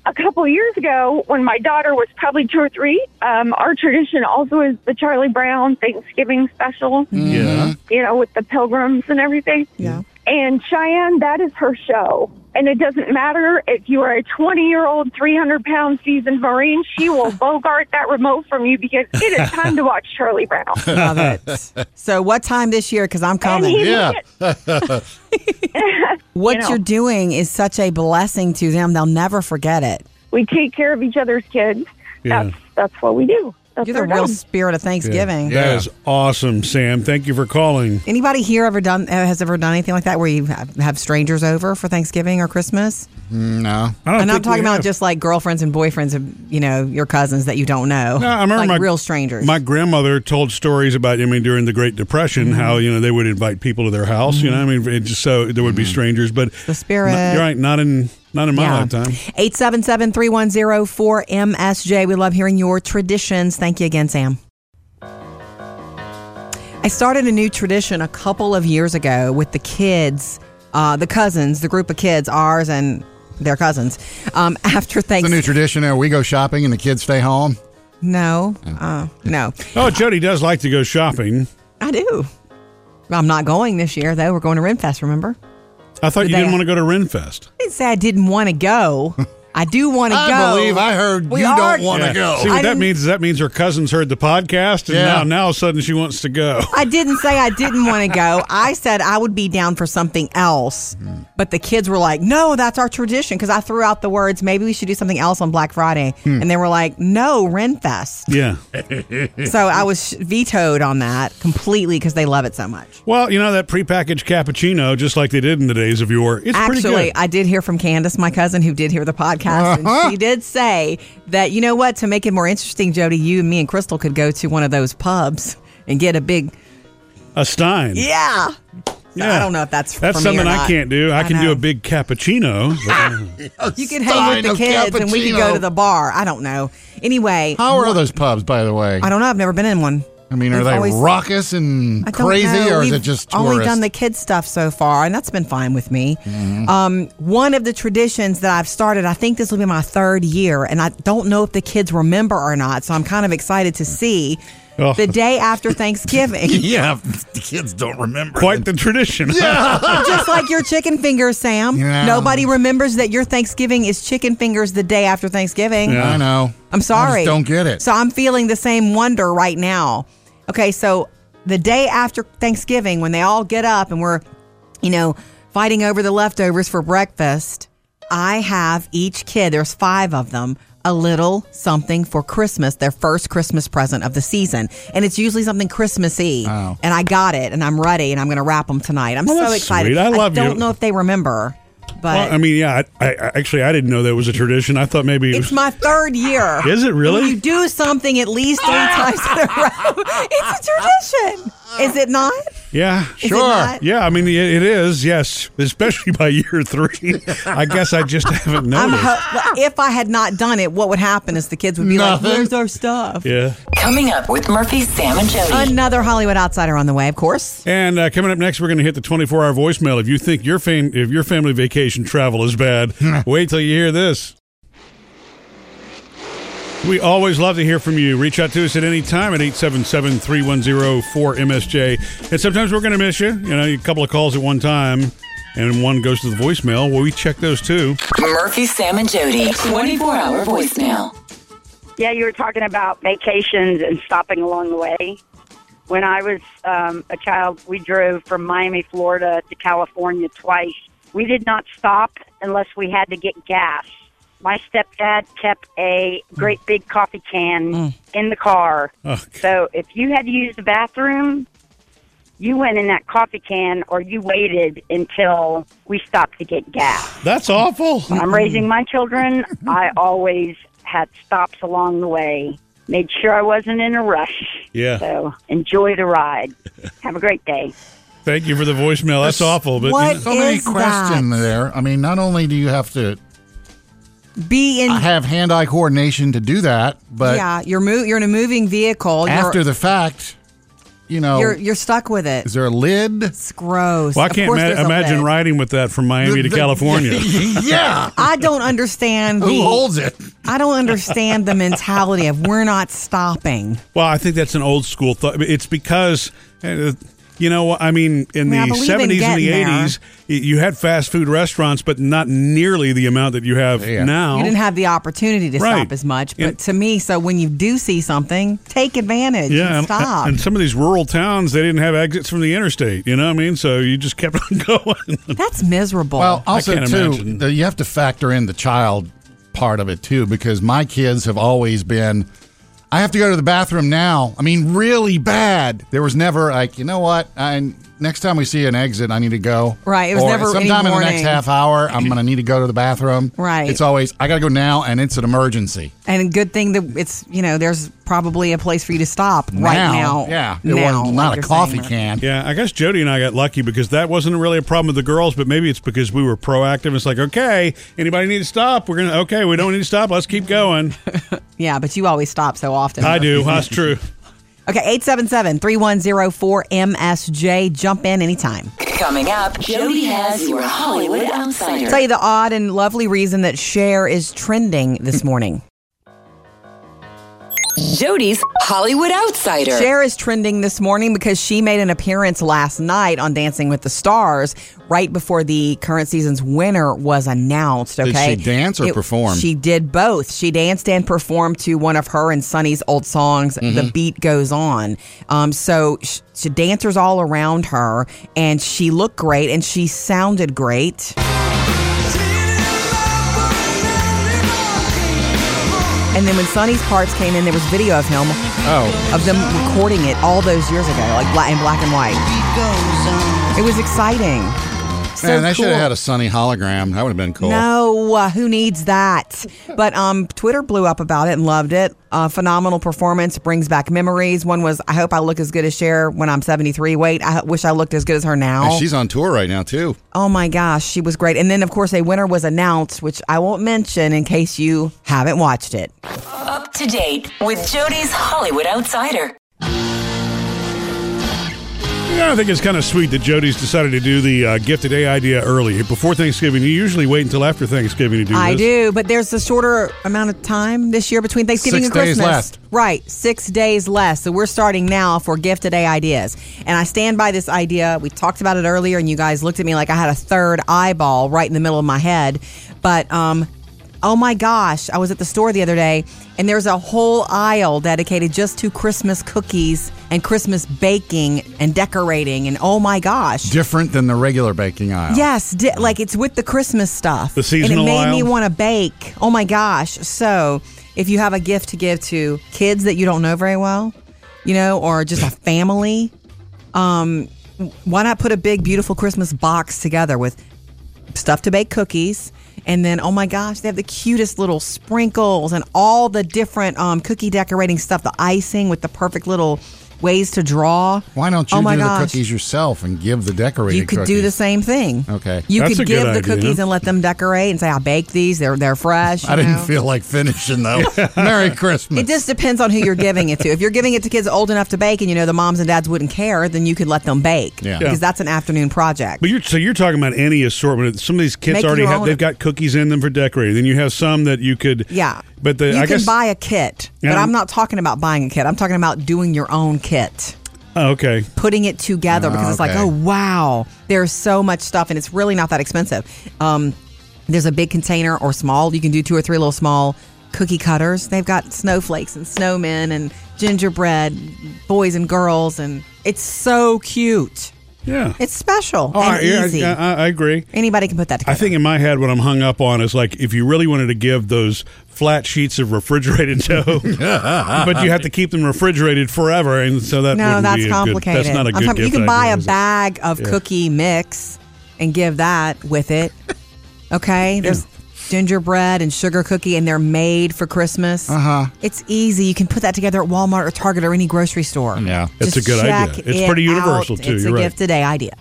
Speaker 11: A couple years ago, when my daughter was probably two or three, um, our tradition also is the Charlie Brown Thanksgiving special
Speaker 3: Yeah.
Speaker 11: you know, with the pilgrims and everything.
Speaker 1: Yeah.
Speaker 11: And Cheyenne, that is her show. And it doesn't matter if you are a 20 year old, 300 pound seasoned Marine, she will bogart that remote from you because it is time to watch Charlie Brown.
Speaker 1: love it. so what time this year? Because I'm
Speaker 11: And
Speaker 1: coming.
Speaker 11: he
Speaker 2: Yeah.
Speaker 1: what
Speaker 11: you know.
Speaker 1: you're doing is such a blessing to them. They'll never forget it.
Speaker 11: we take care of each other's kids.
Speaker 3: Yeah.
Speaker 11: That's, that's what we do. That's
Speaker 1: You're the
Speaker 11: our
Speaker 1: real
Speaker 11: job.
Speaker 1: spirit of Thanksgiving.
Speaker 3: That is awesome, Sam. Thank you for calling.
Speaker 1: Anybody here ever done uh, has ever done anything like that where you have have strangers over for Thanksgiving or Christmas?
Speaker 2: No.
Speaker 3: I
Speaker 1: And
Speaker 3: don't
Speaker 1: I'm
Speaker 3: think we
Speaker 1: talking about
Speaker 3: have.
Speaker 1: just like girlfriends and boyfriends of you know your cousins that you don't know.
Speaker 3: No, I remember
Speaker 1: like
Speaker 3: my
Speaker 1: real strangers.
Speaker 3: My grandmother told stories about I mean during the Great Depression
Speaker 1: Mm-hmm.
Speaker 3: how you know they would invite people to their house. You know I mean it just so there would be strangers, but
Speaker 1: Mm-hmm. The spirit.
Speaker 3: Not, you're right, not in not in my lifetime.
Speaker 1: 877 310 4MSJ. We love hearing your traditions. Thank you again, Sam. I started a new tradition a couple of years ago with the kids, uh, the cousins, the group of kids, ours and their cousins. Um, <laughs> after
Speaker 2: It's a new
Speaker 1: Thanksgiving.
Speaker 2: tradition there. We go shopping and the kids stay home.
Speaker 1: no, uh, no.
Speaker 3: Oh, Jody does like to go shopping.
Speaker 1: I do. I'm not going this year, though. We're going to Renfest, remember?
Speaker 3: I thought
Speaker 1: Did
Speaker 3: you
Speaker 1: they-
Speaker 3: didn't want to go to Renfest.
Speaker 1: I didn't say I didn't want to
Speaker 2: <laughs>
Speaker 1: go. I do want to go.
Speaker 2: I believe I heard
Speaker 1: We
Speaker 2: you
Speaker 1: are-
Speaker 2: don't want to
Speaker 3: Yeah.
Speaker 2: go.
Speaker 1: I
Speaker 3: See what that
Speaker 1: didn't-
Speaker 3: means? Is that means her cousins heard the podcast, and
Speaker 2: Yeah.
Speaker 3: now now all of a sudden she wants to go. <laughs>
Speaker 1: I didn't say I didn't want to go. I said I would be down for something else.
Speaker 3: Hmm.
Speaker 1: But the kids were like, no, that's our tradition. Because I threw out the words, maybe we should do something else on Black Friday.
Speaker 3: Hmm.
Speaker 1: And they were like, no, Renfest.
Speaker 3: Yeah.
Speaker 1: so I was vetoed on that completely because they love it so much.
Speaker 3: Well, you know that prepackaged cappuccino, just like they did in the days of yore. It's pretty
Speaker 1: Actually,
Speaker 3: good.
Speaker 1: I did hear from Candace, my cousin, who did hear the podcast,
Speaker 3: Uh-huh.
Speaker 1: and she did say that you know what, to make it more interesting, Jody, you and me and Crystal could go to one of those pubs and get a big
Speaker 3: a Stein.
Speaker 1: yeah. So I
Speaker 3: Yeah.
Speaker 1: don't know if that's
Speaker 3: That's
Speaker 1: for me or
Speaker 3: something I
Speaker 1: not.
Speaker 3: can't do. I, can do
Speaker 1: know.
Speaker 3: a big cappuccino. uh,
Speaker 1: You could hang with
Speaker 2: Stein
Speaker 1: the
Speaker 2: of
Speaker 1: kids and we could
Speaker 2: cappuccino.
Speaker 1: go to the bar. I don't know. Anyway,
Speaker 2: How are those pubs, by the way?
Speaker 1: I don't know. I've never been in one.
Speaker 2: I mean, are
Speaker 1: We've
Speaker 2: they
Speaker 1: always-
Speaker 2: raucous and
Speaker 1: I don't
Speaker 2: crazy,
Speaker 1: know.
Speaker 2: or is
Speaker 1: We've
Speaker 2: it just tourists? Mm-hmm.
Speaker 1: only done the kids stuff so far, and that's been fine with me. Um, one of the traditions that I've started, I think this will be my third year, and I don't know if the kids remember or not. So I'm kind of excited to see
Speaker 3: Oh.
Speaker 1: the day after Thanksgiving,
Speaker 2: <laughs> yeah, the kids don't remember.
Speaker 3: Quite the tradition. Yeah.
Speaker 1: just like your chicken fingers, Sam.
Speaker 2: Yeah.
Speaker 1: Nobody remembers that your Thanksgiving is chicken fingers the day after Thanksgiving.
Speaker 3: Yeah.
Speaker 2: I know.
Speaker 1: I'm
Speaker 2: I
Speaker 1: sorry.
Speaker 2: just don't get it.
Speaker 1: So I'm feeling the same wonder right now. Okay, so the day after Thanksgiving, when they all get up and we're, you know, fighting over the leftovers for breakfast, I have each kid, there's five of them, a little something for Christmas, their first Christmas present of the season. And it's usually something Christmassy. And I got it and I'm ready and I'm going to wrap them tonight. I'm
Speaker 3: Oh,
Speaker 1: so
Speaker 3: that's
Speaker 1: excited.
Speaker 3: sweet. I love
Speaker 1: don't
Speaker 3: you.
Speaker 1: know if they remember, but
Speaker 3: <laughs> Well, I mean, yeah. I, I actually I didn't know that was a tradition. I thought maybe it
Speaker 1: it's
Speaker 3: was.
Speaker 1: my third year.
Speaker 3: Is it really?
Speaker 1: You do something at least three times in a row. <laughs> It's a tradition. Is it not?
Speaker 3: Yeah,
Speaker 1: it
Speaker 3: sure.
Speaker 1: not?
Speaker 3: Yeah, I mean it, it is. Yes, especially by <laughs> year three. I guess I just haven't
Speaker 1: I'm
Speaker 3: noticed.
Speaker 1: ho- if I had not done it, what would happen is the kids would be
Speaker 3: Nothing.
Speaker 1: like, "Where's our stuff?"
Speaker 3: yeah.
Speaker 4: Coming up with Murphy, Sam, and Jody.
Speaker 1: Another Hollywood outsider on the way, of course.
Speaker 3: And uh, coming up next, we're going to hit the 24-hour voicemail. If you think your fam- if your family vacation travel is bad, wait till you hear this. We always love to hear from you. Reach out to us at any time at 877-310-4MSJ. And sometimes we're going to miss you. You know, a couple of calls at one time, and one goes to the voicemail. Well, we check those too.
Speaker 4: Murphy, Sam, and Jody. 24 hour voicemail.
Speaker 7: Yeah, you were talking about vacations and stopping along the way. When I was um, a child, we drove from Miami, Florida to California twice. We did not stop unless we had to get gas. My stepdad kept a great big coffee can in the car.
Speaker 3: Oh,
Speaker 7: So if you had to use the bathroom, you went in that coffee can or you waited until we stopped to get gas.
Speaker 3: that's awful.
Speaker 7: When I'm raising my children, I always had stops along the way. Made sure I wasn't in a rush.
Speaker 3: Yeah.
Speaker 7: So enjoy the ride. Have a great day.
Speaker 3: Thank you for the voicemail. That's, awful. But
Speaker 1: What
Speaker 2: so many
Speaker 1: is
Speaker 2: questions
Speaker 1: that?
Speaker 2: there. I mean, not only do you have to
Speaker 1: Be in.
Speaker 2: have hand-eye coordination to do that, but
Speaker 1: yeah, you're mo- you're in a moving vehicle.
Speaker 2: after
Speaker 1: you're,
Speaker 2: the fact, you know,
Speaker 1: you're you're stuck with it.
Speaker 2: is there
Speaker 1: <laughs>
Speaker 2: a lid?
Speaker 1: It's gross.
Speaker 3: well, I
Speaker 1: Of
Speaker 3: can't
Speaker 1: course
Speaker 3: ma-
Speaker 1: there's a
Speaker 3: imagine
Speaker 1: lid.
Speaker 3: riding with that from
Speaker 1: <laughs>
Speaker 3: Miami to
Speaker 2: The- the-
Speaker 3: California.
Speaker 2: yeah.
Speaker 1: I don't understand
Speaker 2: <laughs> Who
Speaker 1: the.
Speaker 2: holds it?
Speaker 1: I don't understand the mentality of we're not stopping.
Speaker 3: Well, I think that's an old school thought. It's because, uh, you know, I mean, in
Speaker 1: Yeah,
Speaker 3: the
Speaker 1: but we've been
Speaker 3: 70s and the
Speaker 1: getting there.
Speaker 3: 80s, y you had fast food restaurants, but not nearly the amount that you have
Speaker 2: Yeah.
Speaker 3: now.
Speaker 1: You didn't have the opportunity to
Speaker 3: Right.
Speaker 1: stop as much. But
Speaker 3: And-
Speaker 1: to me, so when you do see something, take advantage.
Speaker 3: yeah,
Speaker 1: and
Speaker 3: and,
Speaker 1: stop.
Speaker 3: and some of these rural towns, they didn't have exits from the interstate. You know what I mean? So you just kept <laughs> on going.
Speaker 1: That's miserable.
Speaker 2: Well, uh, also
Speaker 3: can't
Speaker 2: too,
Speaker 3: imagine.
Speaker 2: the- you have to factor in the child part of it too, because my kids have always been. I have to go to the bathroom now. I mean, really bad. There was never like, you know what? I next time we see an exit, I need to go.
Speaker 1: Right, it was
Speaker 2: Or
Speaker 1: never any
Speaker 2: sometime in the next
Speaker 1: warning.
Speaker 2: half hour. I'm gonna need to go to the bathroom.
Speaker 1: Right.
Speaker 2: It's always I gotta go now, and it's an emergency.
Speaker 1: and good thing that it's you know there's probably a place for you to stop right now.
Speaker 2: Yeah. It
Speaker 1: now,
Speaker 2: was
Speaker 1: like
Speaker 2: not a
Speaker 1: you're
Speaker 2: coffee
Speaker 1: saying.
Speaker 2: can.
Speaker 3: yeah, I guess Jody and I got lucky because that wasn't really a problem with the girls, but maybe it's because we were proactive. It's like, okay, anybody need to stop? We're going to, okay, we don't need to stop. Let's keep going.
Speaker 1: Yeah, but you always stop so often.
Speaker 3: I do. That's true.
Speaker 1: Okay, 877-3104-MSJ. Jump in anytime.
Speaker 4: Coming up, Jody has your Hollywood outsider.
Speaker 1: Tell you the odd and lovely reason that Cher is trending this morning.
Speaker 4: Jody's Hollywood outsider.
Speaker 1: Cher is trending this morning because she made an appearance last night on Dancing with the Stars right before the current season's winner was announced.
Speaker 2: Did
Speaker 1: Okay.
Speaker 2: she dance or perform?
Speaker 1: She did both. She danced and performed to one of her and Sonny's old songs,
Speaker 2: Mm-hmm.
Speaker 1: The Beat Goes On. Um, so sh- she dancers all around her, and she looked great and she sounded great. And then when Sonny's parts came in, there was video of him
Speaker 2: Oh.
Speaker 1: of them recording it all those years ago, like black in black and white. It was exciting. So
Speaker 2: Man, they should have
Speaker 1: cool.
Speaker 2: had a sunny hologram. That would have been cool.
Speaker 1: No, uh, who needs that? But um, Twitter blew up about it and loved it. Uh, phenomenal performance brings back memories. One was, I hope I look as good as Cher when I'm 73. Wait, I wish I looked as good as her now.
Speaker 2: And she's on tour right now too.
Speaker 1: oh my gosh, she was great. And then, of course, a winner was announced, which I won't mention in case you haven't watched it.
Speaker 4: Up to date with Jody's Hollywood outsider.
Speaker 3: Yeah, I think it's kind of sweet that Jody's decided to do the uh, gift today idea early before Thanksgiving. You usually wait until after Thanksgiving to do
Speaker 1: I
Speaker 3: this.
Speaker 1: do, but there's a shorter amount of time this year between Thanksgiving
Speaker 2: Six
Speaker 1: and
Speaker 2: days
Speaker 1: Christmas.
Speaker 2: left.
Speaker 1: Right, six days less. So we're starting now for gift today ideas, and I stand by this idea. We talked about it earlier, and you guys looked at me like I had a third eyeball right in the middle of my head, but um, Oh my gosh, I was at the store the other day and there's a whole aisle dedicated just to Christmas cookies and Christmas baking and decorating. And oh my gosh.
Speaker 2: Different than the regular baking aisle.
Speaker 1: Yes, di- like it's with the Christmas stuff.
Speaker 2: The seasonal
Speaker 1: And it made me
Speaker 2: aisle?
Speaker 1: want to bake. Oh my gosh. So, if you have a gift to give to kids that you don't know very well, you know, or just a family, um why not put a big beautiful Christmas box together with stuff to bake cookies and then oh my gosh they have the cutest little sprinkles and all the different um, cookie decorating stuff the icing with the perfect little ways to draw
Speaker 2: Why don't you
Speaker 1: oh my
Speaker 2: do
Speaker 1: gosh
Speaker 2: the cookies yourself and give the decorated
Speaker 1: you could
Speaker 2: cookies?
Speaker 1: do the same thing
Speaker 2: Okay.
Speaker 1: you could give the cookies and let them decorate and say i baked these they're they're
Speaker 3: <laughs>
Speaker 1: fresh you
Speaker 2: I didn't
Speaker 1: know?
Speaker 2: feel like finishing
Speaker 1: <laughs>
Speaker 2: though. <laughs> Merry Christmas.
Speaker 1: It just depends on who you're giving it to. If you're giving it to kids old enough to bake and you know the moms and dads wouldn't care, then you could let them bake.
Speaker 3: Yeah.
Speaker 1: Because that's an afternoon project.
Speaker 3: But you're so you're talking about any assortment. Some of these kits
Speaker 1: Make
Speaker 3: already
Speaker 1: your
Speaker 3: have
Speaker 1: own.
Speaker 3: they've got cookies in them for decorating. Then you have some that you could
Speaker 1: Yeah.
Speaker 3: But the
Speaker 1: you
Speaker 3: I
Speaker 1: can
Speaker 3: guess
Speaker 1: buy a kit, but
Speaker 3: Yeah.
Speaker 1: I'm not talking about buying a kit. I'm talking about doing your own kit,
Speaker 3: oh, okay.
Speaker 1: putting it together
Speaker 3: Ah,
Speaker 1: because it's like,
Speaker 3: okay.
Speaker 1: oh wow, there's so much stuff, and it's really not that expensive. Um, there's a big container or small. You can do two or three little small cookie cutters. They've got snowflakes and snowmen and gingerbread boys and girls, and it's so cute.
Speaker 3: Yeah,
Speaker 1: it's special
Speaker 3: Oh,
Speaker 1: and
Speaker 3: I- yeah, I-
Speaker 1: easy.
Speaker 3: I, I agree.
Speaker 1: Anybody can put that together.
Speaker 3: I think in my head, what I'm hung up on is like if you really wanted to give those flat sheets of refrigerated <laughs> dough, but you have to keep them refrigerated forever, and so that
Speaker 1: no,
Speaker 3: wouldn't
Speaker 1: that's
Speaker 3: be a
Speaker 1: complicated.
Speaker 3: Good, that's not a
Speaker 1: I'm
Speaker 3: good
Speaker 1: talking-
Speaker 3: gift
Speaker 1: you can buy
Speaker 3: idea,
Speaker 1: a
Speaker 3: is it?
Speaker 1: bag of
Speaker 3: Yeah.
Speaker 1: cookie mix and give that with
Speaker 3: <laughs>
Speaker 1: it. Okay, there's gingerbread and sugar cookie, and they're made for Christmas. Uh
Speaker 3: Uh-huh.
Speaker 1: huh. It's easy. You can put that together at Walmart or Target or any grocery store.
Speaker 2: Yeah,
Speaker 3: That's
Speaker 1: Just
Speaker 3: a good idea.
Speaker 1: check
Speaker 3: It's
Speaker 1: it
Speaker 3: pretty universal,
Speaker 1: out.
Speaker 3: too.
Speaker 1: It's
Speaker 3: You're
Speaker 1: a
Speaker 3: right.
Speaker 1: gift today idea.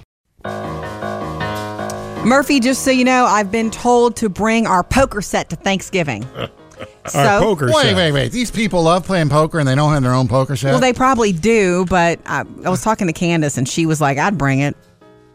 Speaker 1: Murphy, just so you know, I've been told to bring our poker set to
Speaker 3: <laughs>
Speaker 1: Thanksgiving. So-
Speaker 2: wait, wait, wait. These people love playing poker and they don't have their own poker set.
Speaker 1: Well, they probably do, but I, I was talking to Candace and she was like, I'd bring it.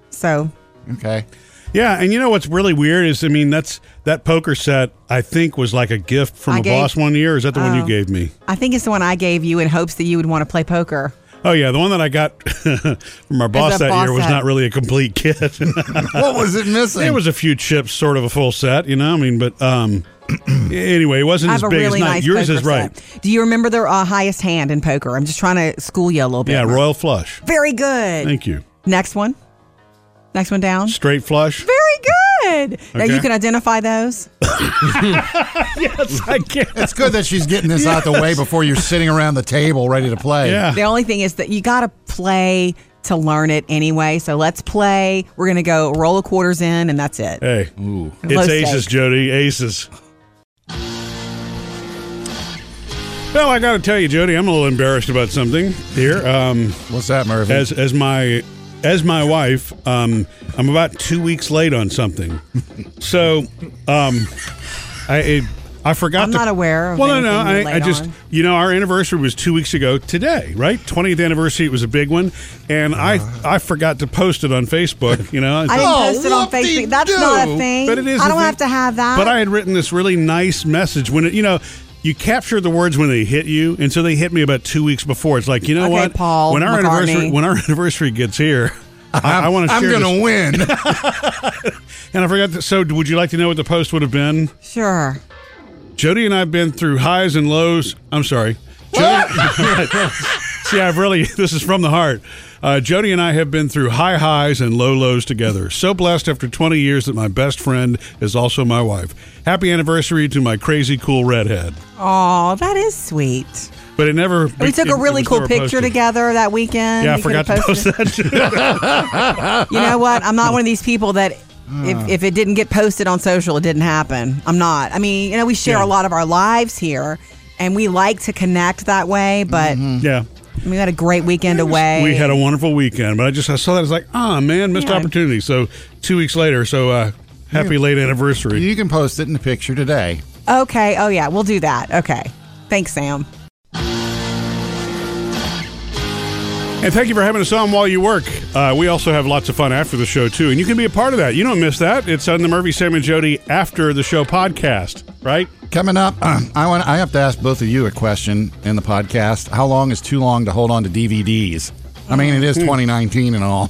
Speaker 1: So,
Speaker 2: okay.
Speaker 3: Yeah, and you know what's really weird is I mean that's that poker set I think was like a gift from
Speaker 1: I
Speaker 3: a
Speaker 1: gave-
Speaker 3: boss one year. Is that the one
Speaker 1: Oh.
Speaker 3: you gave me?
Speaker 1: I think it's the one I gave you in hopes that you would want to play poker.
Speaker 3: Oh yeah, the one that I got <laughs> from our boss
Speaker 1: a
Speaker 3: that
Speaker 1: boss
Speaker 3: year was
Speaker 1: set.
Speaker 3: not really a complete kit. <laughs> what
Speaker 2: was it missing?
Speaker 3: <laughs> It was a few chips, sort of a full set. You know, I mean, but um, <clears throat> anyway, it wasn't
Speaker 1: I
Speaker 3: as
Speaker 1: have a
Speaker 3: big
Speaker 1: really
Speaker 3: as not
Speaker 1: nice
Speaker 3: yours
Speaker 1: poker
Speaker 3: is right.
Speaker 1: set. Do you remember the uh, highest hand in poker? I'm just trying to school you a little bit.
Speaker 3: Yeah, royal flush.
Speaker 1: Very good.
Speaker 3: Thank you.
Speaker 1: Next one. Next one down. <laughs>
Speaker 3: Straight flush.
Speaker 1: Very good. Now
Speaker 3: Okay.
Speaker 1: you can identify
Speaker 3: <laughs>
Speaker 1: those.
Speaker 3: yes, I can.
Speaker 2: It's good that she's getting this out the way
Speaker 3: <laughs>
Speaker 1: Yes.
Speaker 2: before you're sitting around the table ready to play.
Speaker 1: The only thing is that you got to play to learn it anyway. So let's play. We're going to go roll of quarters in, and that's it.
Speaker 3: Hey, it's
Speaker 1: Low
Speaker 3: aces,
Speaker 1: stakes.
Speaker 3: Jody. Aces. Well, I got to tell you, Jody, I'm a little embarrassed about something here. Um,
Speaker 2: What's that, Murphy?
Speaker 3: As as my as my wife, um, I'm about two weeks late on something. so, um, I I forgot.
Speaker 1: I'm
Speaker 3: to-
Speaker 1: not aware of
Speaker 3: Well, no, no.
Speaker 1: anything you're
Speaker 3: I, I
Speaker 1: late
Speaker 3: just
Speaker 1: on.
Speaker 3: you know our anniversary was two weeks ago today, right? 20th anniversary. It was a big one, and I I forgot to post it on Facebook. You know,
Speaker 1: I didn't post it on
Speaker 2: whoop-dee-doo.
Speaker 1: Facebook. That's not a thing.
Speaker 3: But it is
Speaker 1: I
Speaker 3: a
Speaker 1: don't
Speaker 3: thing.
Speaker 1: have to have that.
Speaker 3: But I had written this really nice message when it, you know, you capture the words when they hit you, and so they hit me about two weeks before. It's like you know
Speaker 1: Okay,
Speaker 3: what,
Speaker 1: Paul
Speaker 3: When our
Speaker 1: McCartney.
Speaker 3: anniversary, when our <laughs> anniversary gets here, I, I want to.
Speaker 2: I'm
Speaker 3: share
Speaker 2: gonna
Speaker 3: this-
Speaker 2: win. <laughs>
Speaker 3: And I forgot. That, so, would you like to know what the post would have been?
Speaker 1: Sure.
Speaker 3: Jody and I've been through highs and lows. I'm sorry. Jody,
Speaker 1: <laughs>
Speaker 3: <laughs> see, I've really, <laughs> this is from the heart. Uh, Jody and I have been through high highs and low lows together. So blessed after 20 years that my best friend is also my wife. Happy anniversary to my crazy cool redhead.
Speaker 1: Oh, that is sweet.
Speaker 3: But it never.
Speaker 1: We took
Speaker 3: it-
Speaker 1: a
Speaker 3: it
Speaker 1: really
Speaker 3: was
Speaker 1: cool
Speaker 3: never
Speaker 1: picture
Speaker 3: posted.
Speaker 1: together that weekend.
Speaker 3: Yeah, I
Speaker 1: You could've
Speaker 3: forgot to post
Speaker 1: posted-
Speaker 3: that.
Speaker 1: You know what? I'm
Speaker 3: <laughs>
Speaker 1: not one of these people that
Speaker 3: Ah.
Speaker 1: if, if it didn't get posted on social, it didn't happen. I'm not. I mean, you know, we share a
Speaker 3: Yeah.
Speaker 1: lot of our lives here and we like to connect that way, but
Speaker 3: <laughs> Yeah.
Speaker 1: we had a great weekend away.
Speaker 3: Mm-hmm. We had a wonderful weekend, but I just I saw that I was like, ah, man, missed
Speaker 1: Yeah.
Speaker 3: opportunity. So two weeks later, so uh, happy late anniversary.
Speaker 2: You can post it in the picture today.
Speaker 1: Okay. Oh, yeah. We'll do that. Okay. Thanks, Sam.
Speaker 3: And thank you for having us on while you work. Uh, we also have lots of fun after the show, too. And you can be a part of that. You don't miss that. It's on the Murphy, Sam, and Jody After the Show podcast, right?
Speaker 2: Coming up, <clears throat> I want I have to ask both of you a question
Speaker 3: Hmm.
Speaker 2: in the podcast. How long is too long to hold on to DVDs? I mean, it is 2019 and all.